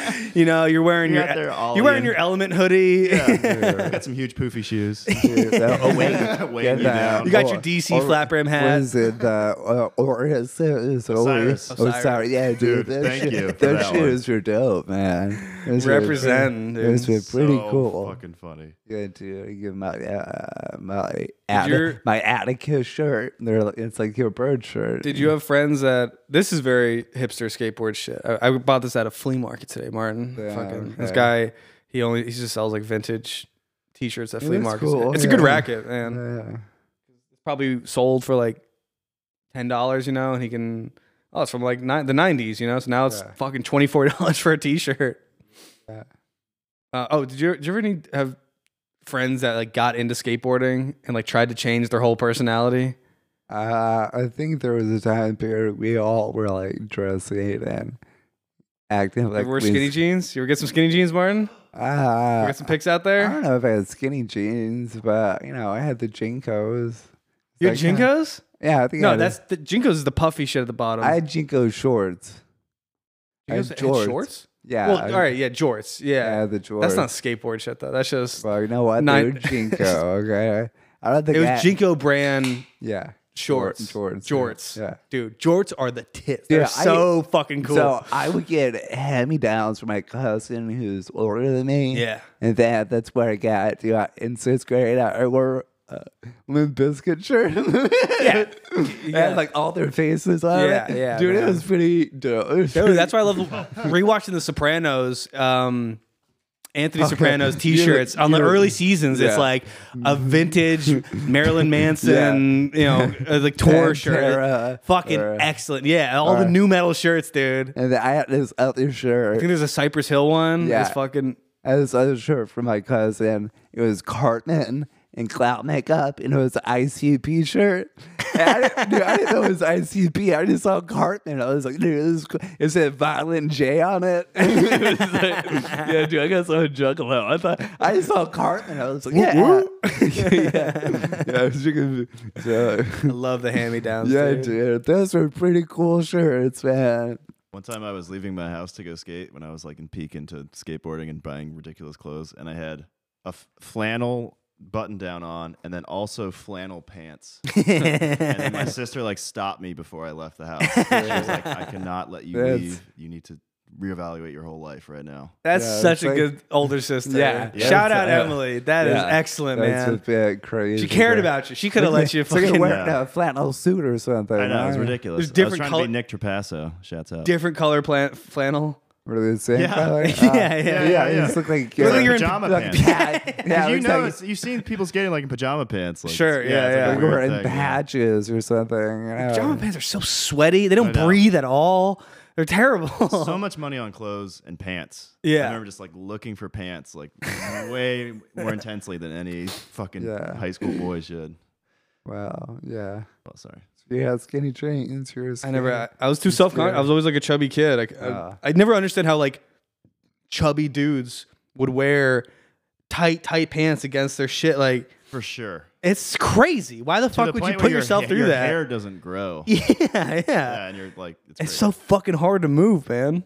S2: (laughs)
S3: spot.
S2: you know, you're wearing
S3: You're
S2: your
S3: out there
S2: you're wearing
S3: ollieing.
S2: your element hoodie. (laughs)
S3: Yeah. Got some huge poofy shoes.
S1: Dude,
S3: (laughs)
S1: that- oh wait,
S3: Weighing you
S1: that.
S3: down.
S2: you got
S1: Or-
S2: your DC
S1: or-
S2: flat brim
S1: what
S2: hat.
S1: is it? Uh, or, or is it is
S3: Osiris.
S1: Oh, sorry, yeah, dude.
S3: Dude,
S1: those
S3: thank
S1: shoes-
S3: you for
S1: Those
S3: that one.
S1: shoes were dope, man. Those were pretty-
S2: Representing, dude.
S1: Those were pretty
S3: So
S1: cool.
S3: Fucking funny.
S1: Yeah, dude. gonna give my uh, my At-
S2: your-
S1: my Atticus shirt. And they're like, it's like your bird shirt.
S2: Did you have friends that this is very hipster skateboard shit? I, I bought this at a flea market today, Martin.
S1: Yeah,
S2: Fucking this
S1: okay.
S2: guy, he only he just sells like vintage t-shirts at
S1: Yeah,
S2: flea
S1: that's
S2: markets.
S1: cool,
S2: It's a good
S1: yeah.
S2: racket, man.
S1: Yeah.
S2: It's probably sold for like ten dollars, you know, and he can. Oh, it's from like ni- the nineties, you know. So now it's
S1: Yeah.
S2: fucking twenty four (laughs) dollars for a t-shirt.
S1: Yeah.
S2: Uh, oh, did you, did you ever need, have friends that like got into skateboarding and like tried to change their whole personality?
S1: Uh, I think there was a time period we all were like dressing and acting like
S2: you wore
S1: we-
S2: skinny jeans. You ever get some skinny jeans, Martin?
S1: Ah,
S2: You got some pics out
S1: I
S2: there.
S1: don't know if I had skinny jeans, but you know, I had the jinkos.
S2: You had
S1: Like, kinda-
S2: jinkos?
S1: Yeah, I think I
S2: No,
S1: had a-
S2: that's the jinkos is the puffy shit at the bottom.
S1: I had jinko shorts. I
S2: Jinkos
S1: had
S2: had
S1: jorts.
S2: shorts.
S1: Yeah.
S2: Well,
S1: I-
S2: all right, yeah, jorts.
S1: I
S2: Yeah,
S1: had the jorts.
S2: that's not skateboard shit though. That's just
S1: Well, you know what?
S2: Nine-
S1: They were
S2: (laughs)
S1: jinko. Okay. I don't think
S2: it was
S1: I-
S2: Jinko brand
S1: Yeah.
S2: shorts.
S1: Jorts.
S2: Jorts.
S1: Yeah.
S2: Dude, jorts are the tits.
S1: Dude,
S2: They're
S1: I-
S2: so fucking cool.
S1: So I would get hand me downs from my cousin who's older than me.
S2: Yeah.
S1: And that that's where I got to uh, in sixth grade. I I wore a Limp Biscuit shirt. (laughs) (laughs) yeah.
S2: Yeah.
S1: And like all their faces on
S2: Yeah,
S1: it.
S2: yeah,
S1: Dude, it
S2: man.
S1: was pretty dope.
S2: (laughs) Dude, that's why I love rewatching The Sopranos. Um,
S1: (laughs)
S2: Anthony Soprano's T-shirts on the
S1: you're-
S2: early seasons. It's
S1: yeah.
S2: like a
S1: (laughs)
S2: vintage Marilyn Manson, you know, uh, like tour
S1: Pantera
S2: shirt. Fucking
S1: or-
S2: excellent. Yeah, all the
S1: or-
S2: new metal shirts, dude.
S1: (laughs)
S2: I
S1: And then I had this other shirt.
S2: think there's a Cypress Hill one.
S1: Yeah.
S2: It's fucking
S1: I had this other shirt from my cousin. It was Cartman and clout makeup, and it was an ICP shirt. And I, didn't, dude, I didn't know it was ICP. I just saw Cartman. I was like, dude, this is cool. it said Violent J on it. (laughs) It was like, yeah, dude, I guess I'm a juggalo. I thought I just saw Cartman. I was like, yeah, (laughs) yeah, yeah. I was drinking- so-
S2: I love the hand-me-downs.
S1: yeah,
S2: dude.
S1: dude, those were pretty cool shirts, man.
S3: One time I was leaving my house to go skate when I was like in peak into skateboarding and buying ridiculous clothes, and I had a f- flannel button down on and then also flannel
S1: (laughs)
S3: pants. and then my sister like stopped me before I left the house. She was
S1: (laughs)
S3: like, I cannot let you
S1: That's-
S3: leave. You need to reevaluate your whole life right now.
S2: That's
S1: Yeah,
S2: such
S1: it's
S2: a
S1: like-
S2: good older sister.
S1: Yeah. Yeah.
S2: Shout out
S1: Yeah.
S2: Emily. That is
S1: Yeah.
S2: excellent,
S1: That's
S2: man.
S1: a bit crazy.
S2: She cared
S1: dude.
S2: about you. She could have
S1: (laughs)
S2: let you
S1: It's like
S2: fucking
S1: wearing a flannel suit or something.
S3: I know, it was
S1: right?
S3: ridiculous.
S2: There's
S3: I was
S2: different
S3: trying
S2: color-
S3: to be Nick Trapasso. Shouts out.
S2: different color plant flannel.
S1: What are they saying?
S3: Yeah.
S1: Probably?
S2: (laughs) Yeah,
S1: Uh,
S2: yeah,
S1: yeah,
S3: Ah. yeah,
S1: It
S3: yeah.
S1: just looked like,
S2: like you're in (laughs)
S3: pajama
S1: like
S3: pants.
S1: bad. Yeah,
S3: 'Cause you
S1: it's
S3: know,
S1: like-
S3: it's- you've seen people skating like in pajama pants. Like,
S2: Sure,
S3: it's-
S2: yeah,
S3: it's
S2: yeah.
S3: Like
S1: like
S3: a
S1: we're
S3: weird
S1: in
S3: thing, yeah.
S1: patches or something. You know?
S2: Pajama pants are so sweaty. They don't
S3: know.
S2: breathe at all. They're terrible. (laughs)
S3: so much money on clothes and pants.
S2: Yeah.
S3: I remember just like looking for pants like way more intensely than any fucking
S1: Yeah.
S3: high school boy should.
S1: Well, yeah.
S3: Oh, sorry.
S1: You had skinny jeans. you were
S2: I
S1: skinny.
S2: never. I, I was too self conscious. I was always like a chubby kid. Like, I,
S1: Ah.
S2: I never understood how like chubby dudes would wear tight, tight pants against their shit. Like,
S3: For sure.
S2: it's crazy. Why the fuck
S3: To the
S2: would you
S3: point
S2: put
S3: where
S2: yourself
S3: your,
S2: through
S3: your
S2: that?
S3: hair doesn't grow. Yeah.
S2: (laughs) Yeah, yeah.
S3: and you're like, it's,
S2: It's
S3: crazy.
S2: so fucking hard to move, man.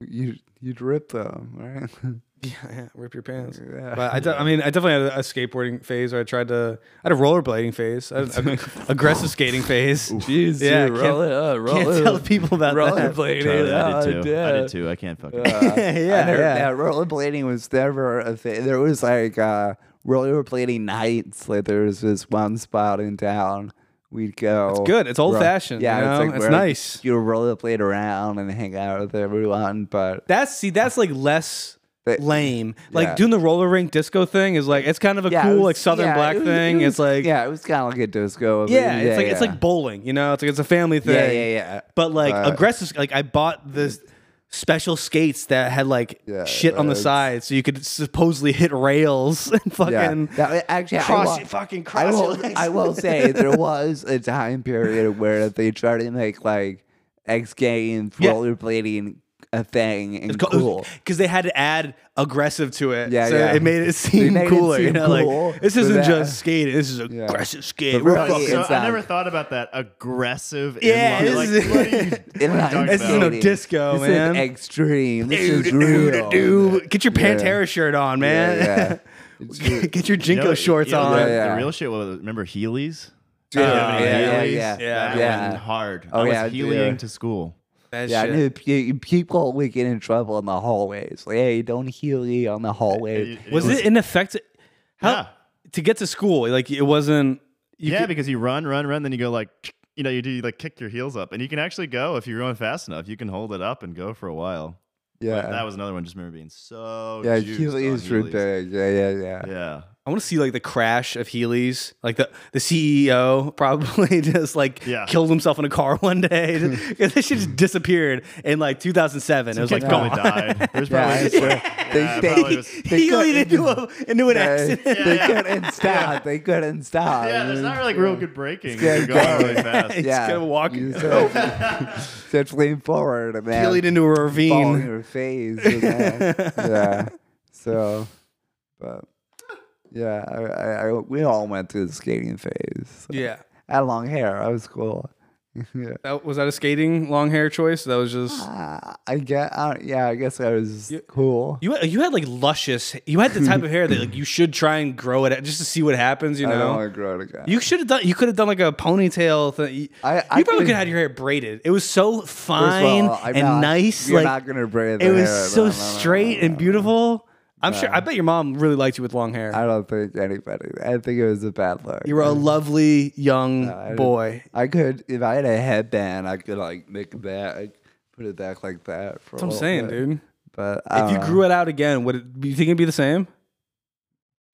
S1: You you'd rip them, right? (laughs)
S2: Yeah, yeah, (laughs) rip your pants.
S1: Yeah.
S2: But I, de- I mean, I definitely had a, a skateboarding phase where I tried to. I had a rollerblading phase,
S1: (laughs)
S2: I had a- aggressive skating phase.
S1: Jeez,
S2: Yeah,
S1: dude,
S2: can't-
S1: roll it up, roll
S2: Can't
S1: it
S2: tell
S1: up.
S2: people about that.
S1: Rollerblading,
S3: Charlie, I
S1: oh,
S3: did too. I
S1: dude.
S3: did too. I can't fucking. (laughs)
S2: (laughs) yeah,
S1: I never,
S2: yeah.
S1: yeah, rollerblading was never a thing. There was like uh, rollerblading nights. Like there was this one spot in town we'd go. It's
S2: good. It's old-fashioned,
S1: Yeah,
S2: you know?
S1: it's, like
S2: It's
S1: where
S2: nice.
S1: You rollerblade around and hang out with everyone, but
S2: That's see, that's like less
S1: They-
S2: lame. Like
S1: yeah.
S2: doing the roller rink disco thing is like it's kind of a
S1: yeah, it
S2: cool
S1: was-
S2: like Southern
S1: yeah,
S2: black
S1: it was- it
S2: thing.
S1: was-
S2: it's like yeah,
S1: yeah, it was kind of like a disco. but
S2: it's like it's
S1: yeah.
S2: like bowling. You know, it's like it's a family thing.
S1: yeah, yeah, yeah.
S2: But like
S1: Uh,
S2: aggressive, like I bought this special skates that had like
S1: Yeah,
S2: shit on the
S1: it's-
S2: side, so you could supposedly hit rails (laughs) and fucking
S1: Yeah. That- actually, I
S2: cross
S1: wa-
S2: it, fucking cross
S1: I
S2: it,
S1: will,
S2: legs.
S1: I (laughs) will say there was a time period where they tried to make like X Games
S2: Yeah.
S1: rollerblading a thing and
S2: because
S1: cool.
S2: they had to add aggressive to it.
S1: Yeah,
S2: so
S1: yeah.
S2: it made it seem
S1: made it
S2: cooler. you
S1: seem
S2: know,
S1: cool,
S2: like this
S1: but
S2: isn't
S1: that-
S2: just skating. This is aggressive skate.
S1: But
S2: We're
S1: really,
S2: fucking
S1: it's
S3: So I
S1: not-
S3: never thought about that aggressive.
S2: Yeah,
S3: inline.
S2: this
S3: Like,
S2: is-
S3: what are you-
S1: Inline
S3: talking
S2: This is no
S1: skating.
S2: disco,
S1: this
S2: man.
S1: Is extreme. This is
S2: Dude,
S1: real.
S2: dude, Get your Pantera shirt on,
S1: Yeah,
S2: man.
S1: yeah.
S2: (laughs) Get your Jinko
S3: you know,
S2: shorts
S3: you know,
S2: on.
S1: Yeah,
S3: the-
S1: yeah.
S3: The real shit was remember Heelys.
S1: Dude,
S2: yeah,
S1: yeah, yeah,
S3: Heelys?
S1: yeah,
S2: yeah.
S3: That
S1: Yeah.
S3: went hard.
S1: Oh,
S3: I was
S1: yeah,
S3: Heelying
S1: dude.
S3: to school.
S2: That
S1: Yeah, I
S2: shit.
S1: knew pe- people would get in trouble in the hallways. Like, hey, don't heely on the hallway.
S3: It-
S2: Was it ineffective? How,
S3: Yeah.
S2: to get to school, like it wasn't. You
S3: yeah,
S2: could-
S3: because you run, run, run, then you go like, you know, you do you like kick your heels up, and you can actually go if you're going fast enough. You can hold it up and go for a while.
S1: Yeah.
S3: That was another one. Just remember being so
S1: yeah,
S3: juiced
S1: Healy
S3: on
S1: is
S3: Heelys.
S1: ridiculous. Yeah, yeah, yeah.
S3: Yeah, (laughs)
S2: I want to see like the crash of Healy's, like the the CEO (laughs) probably just like
S3: Yeah.
S2: killed himself in a car (laughs) one
S3: (laughs)
S2: day. this shit just disappeared in like 2007. it was like "Ah."
S3: Kid probably
S2: gone.
S3: died.
S1: (laughs)
S3: There's
S1: Yeah,
S3: probably
S1: I
S3: just-
S1: swear. They-
S3: yeah,
S1: they-
S2: (laughs)
S3: probably was-
S1: They
S2: Healy
S1: couldn't-
S2: into a, into an
S1: They,
S2: accident.
S3: (laughs)
S1: they
S3: Yeah.
S1: couldn't stop. They couldn't stop.
S3: yeah, there's not really like, real good braking.
S1: Yeah,
S3: You're going really
S1: exactly.
S3: fast.
S2: He's
S1: yeah,
S2: kinda walking.
S1: You just,
S2: (laughs)
S1: just lean forward and then
S2: Healy into a
S1: fall in
S2: ravine.
S1: your face. you
S2: (laughs)
S1: know? yeah. So, but yeah, I, I, I, we all went through the skating phase.
S2: Yeah.
S1: I had long hair. I was cool. yeah.
S2: That, was that a skating long hair choice? That was just
S1: Uh, I guess. I, don't- yeah, I guess I was cool.
S2: you. You had like luscious. You had the type of hair that like you should try and grow it out just to see what happens. You
S1: I don't
S2: know,
S1: want to grow it again.
S2: You should have done. You could have done like a ponytail thing. You,
S1: I-
S2: you
S1: I
S2: probably
S1: think-
S2: could have had your hair braided. It was so
S1: First of
S2: fine
S1: all, I'm
S2: and
S1: not-
S2: nice.
S1: You're
S2: like
S1: not gonna braid.
S2: it
S1: the
S2: was
S1: hair,
S2: so
S1: no, no, no, no,
S2: straight
S1: no,
S2: and
S1: no.
S2: beautiful. I'm sure. I bet your mom really liked you with long hair.
S1: I don't think anybody. I think it was a bad look.
S2: you were a lovely young
S1: I-
S2: boy.
S1: I could, if I had a headband, I could like make it back, like, put it back like that. For
S2: That's what I'm saying, dude.
S1: But I
S2: If you grew it out again, would it, do you think it'd be the same?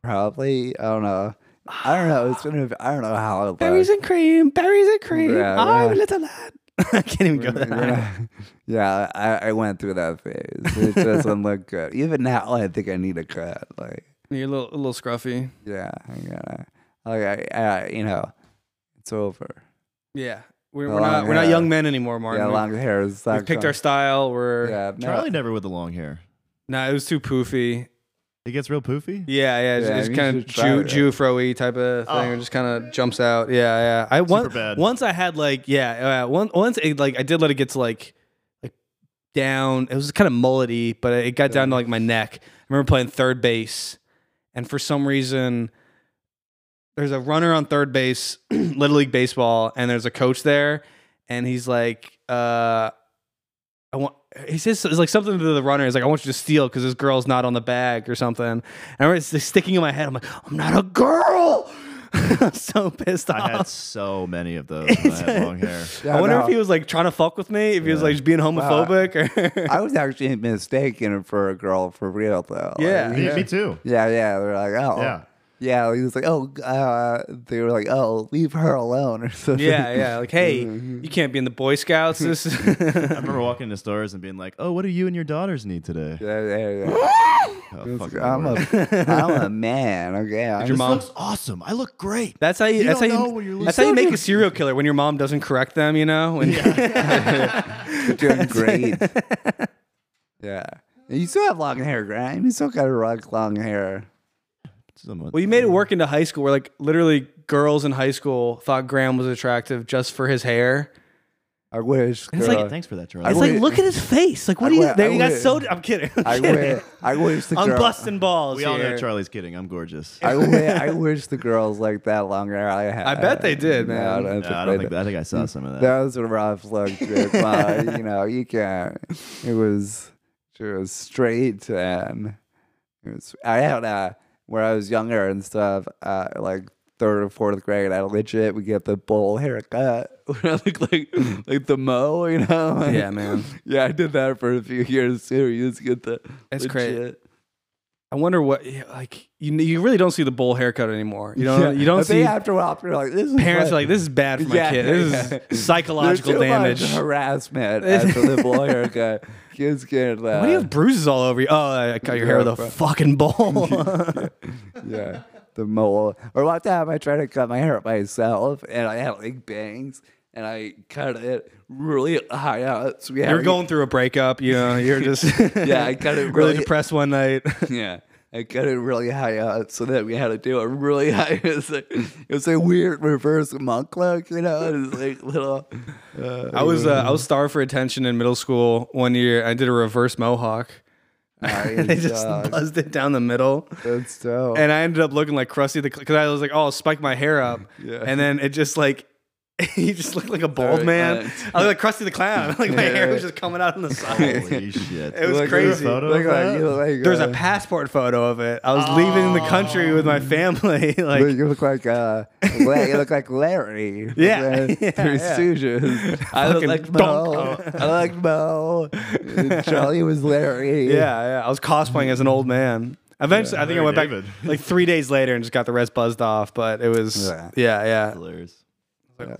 S1: probably, I don't know. I don't know. It's gonna. Be, I don't know how it
S2: Berries
S1: looks.
S2: and cream, berries and cream.
S1: Yeah,
S2: I'm
S1: yeah.
S2: a little lad. (laughs) I can't even
S1: (laughs)
S2: go
S1: We're
S2: that
S1: not-
S2: high.
S1: (laughs) yeah, I, I went through that phase. It doesn't look good. Even now, I think I need a cut. Like,
S2: You're a little, a little scruffy.
S1: yeah, I gotta. Like, I, I, you know, it's over.
S2: Yeah, we're,
S1: The
S2: we're not
S1: long
S2: we're not
S1: hair.
S2: young men anymore, Martin.
S1: yeah,
S2: We-
S1: long hair is.
S2: We've
S1: not
S2: picked
S1: gonna-
S2: our style.
S1: (laughs)
S2: We're
S1: Yeah, no,
S3: Charlie never with the long hair.
S2: no, it was too poofy.
S3: It gets real poofy.
S2: Yeah, yeah, it's-
S1: Yeah,
S2: it's,
S1: you
S2: kind of
S1: should try
S2: Jew,
S1: that.
S2: Jew fro-y type of thing. It just kind of jumps out. Yeah, yeah. I once
S3: bad.
S2: once I had like yeah, uh, one, once it, like I did let it get to like like down. It was kind of mullety, but it got down to like my neck. I remember playing third base, and for some reason, there's a runner on third base, (clears throat) Little League baseball, and there's a coach there, and he's like, uh, I want. He says it's like something to the runner. He's like, I want you to steal because this girl's not on the bag or something. And I remember it's just sticking in my head. I'm like, I'm not a girl. (laughs) I'm so pissed off.
S1: (laughs)
S3: I had so many of those when I had long hair.
S1: Yeah,
S2: I wonder if
S1: no.
S2: he was like trying to fuck with me. If he was like just being homophobic or
S3: (laughs)
S1: I was actually mistaken for a girl for real though. Like,
S2: Yeah.
S3: Me, me too.
S1: yeah, yeah. They're like, oh,
S3: Yeah.
S1: yeah. He was like, oh, uh, they were like, oh, leave her alone or something.
S2: (laughs) yeah, yeah. Like, hey,
S3: Mm-hmm.
S2: you can't be in the Boy Scouts.
S3: (laughs)
S2: This
S3: I remember walking into stores and being like, "Oh, what do you and your daughters need today?"
S1: (laughs) yeah, yeah. yeah.
S3: Oh,
S1: He was
S3: fucking
S1: like, I'm
S3: word.
S1: a, I'm a man. Okay, I'm
S2: your
S1: just-
S2: mom-
S3: This looks awesome. I look great.
S2: (laughs) that's how you. that's
S3: don't
S2: how
S3: know what
S2: you.
S3: you're
S2: That's how you
S3: looking-
S2: make a serial killer when your mom doesn't correct them. You know. When,
S1: doing great. (laughs) yeah, And you still have long hair, Graham. You still got a rock long hair.
S3: Somewhat.
S2: Well, you made it work into high school where like literally girls in high school thought Graham was attractive just for his hair.
S1: I wish.
S3: It's like,
S1: girl-
S3: thanks for that, Charlie.
S1: I
S2: It's
S1: would-
S2: like, look at his face. Like, what
S1: I
S2: do you?
S1: would-
S2: There
S1: I
S2: you got
S1: would-
S2: so. I'm kidding. (laughs) I'm,
S1: I
S2: kidding.
S1: wish. I wish the
S2: I'm
S1: girl.
S2: busting balls.
S3: we all know
S2: here.
S3: Charlie's kidding. I'm gorgeous.
S1: I, wi- I wish the girls liked that long hair. I had.
S2: I bet they did, man.
S1: No, I don't,
S3: No,
S1: they
S3: I don't think
S1: did.
S3: I think I saw some of that.
S1: That was a rough look, dude. But, you know, you can't. It was, she was straight and it was. I had uh when I was younger and stuff, uh, like third or fourth grade, I legit would get the bowl haircut, (laughs) where I look like like the mo, you know? Like-
S2: Yeah, man.
S1: Yeah, I did that for a few years too. You just get the.
S2: That's crazy.
S1: legit-
S2: I wonder what yeah, like you. You really don't see the bowl haircut anymore. You don't.
S1: Yeah.
S2: You don't
S1: But then
S2: see.
S1: after a while, you're like, this is
S2: Parents
S1: what-
S2: are like, this is bad for my
S1: Yeah, (laughs)
S2: kid. This
S1: yeah.
S2: is
S1: There's
S2: psychological
S1: too much
S2: damage.
S1: harassment after the bowl
S2: (laughs)
S1: haircut. Kids get that.
S2: Why do you have bruises all over you? Oh, I cut your hair with a
S1: Yeah,
S2: fucking bowl.
S1: yeah, the mole. Or one time I tried to cut my hair myself, and I had like bangs, and I cut it really high up. So (laughs) yeah,
S2: you're going through a breakup. You know, you're just
S1: (laughs) Yeah, I cut it
S2: (laughs) really
S1: really.
S2: depressed one night.
S1: yeah, I cut it really high up, so that we had to do a really (laughs) high. It was like it was a weird reverse monk look, you know. It was like little.
S2: I was uh, I was starved for attention in middle school one year. I did a reverse mohawk.
S1: Nice,
S2: (laughs) (laughs) they (laughs) just
S1: dog.
S2: buzzed it down the middle.
S1: That's dope.
S2: (laughs) And I ended up looking like Krusty the because I was like, oh, I'll spike my hair up,
S1: Yeah.
S2: and then it just like (laughs) he just looked like a bald
S4: Alright,
S2: man.
S4: alright.
S2: I looked like Krusty the Clown. (laughs) Like my hair was just coming out on (laughs) the side.
S3: Holy shit.
S2: It was
S1: Look at
S2: crazy.
S1: the
S3: photo
S1: Look
S3: of
S1: like,
S3: that?
S1: you look like,
S2: There's a
S1: uh,
S2: passport photo of it. I was leaving the country with my family.
S1: look-
S2: (laughs) Like
S1: you look like uh, La- you look like Larry. from
S2: (laughs) Yeah,
S1: the
S2: yeah,
S1: Three
S2: yeah.
S1: Stooges. I look
S2: Fucking
S1: like Mo.
S2: donk.
S1: I like Mo. And Charlie was Larry.
S2: (laughs) Yeah, yeah. I was cosplaying as an old man. Eventually, I think I
S3: Larry
S2: went
S3: David.
S2: back like three days later and just got the rest buzzed off. But it was yeah,
S1: Yeah.
S2: yeah.
S3: Hilarious.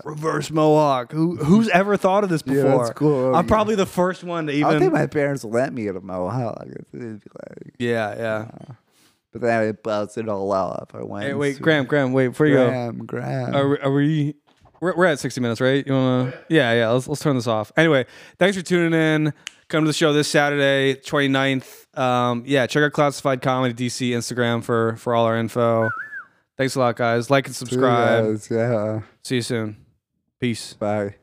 S2: Reverse mohawk. Who who's ever thought of this
S1: Yeah,
S2: before?
S1: that's cool.
S2: I'm probably the first one to
S1: I don't
S2: even.
S1: think my parents would let me get a mohawk. It'd be like,
S2: yeah,
S1: but then I would buzz it all up. I
S2: yeah.
S1: went.
S2: Hey, wait,
S1: to
S2: Graham, Graham, wait before you go.
S1: Graham, Graham.
S2: Are, we- are we? We're, we're at 60 minutes, right? You wanna? Yeah, yeah. Let's let's turn this off. Anyway, thanks for tuning in. Come to the show this Saturday, 29th. Um, yeah, check out Classified Comedy DC Instagram for for all our info. Thanks a lot, guys. Like and
S1: Who
S2: subscribe.
S1: knows? Yeah.
S2: See you soon. Peace.
S1: Bye.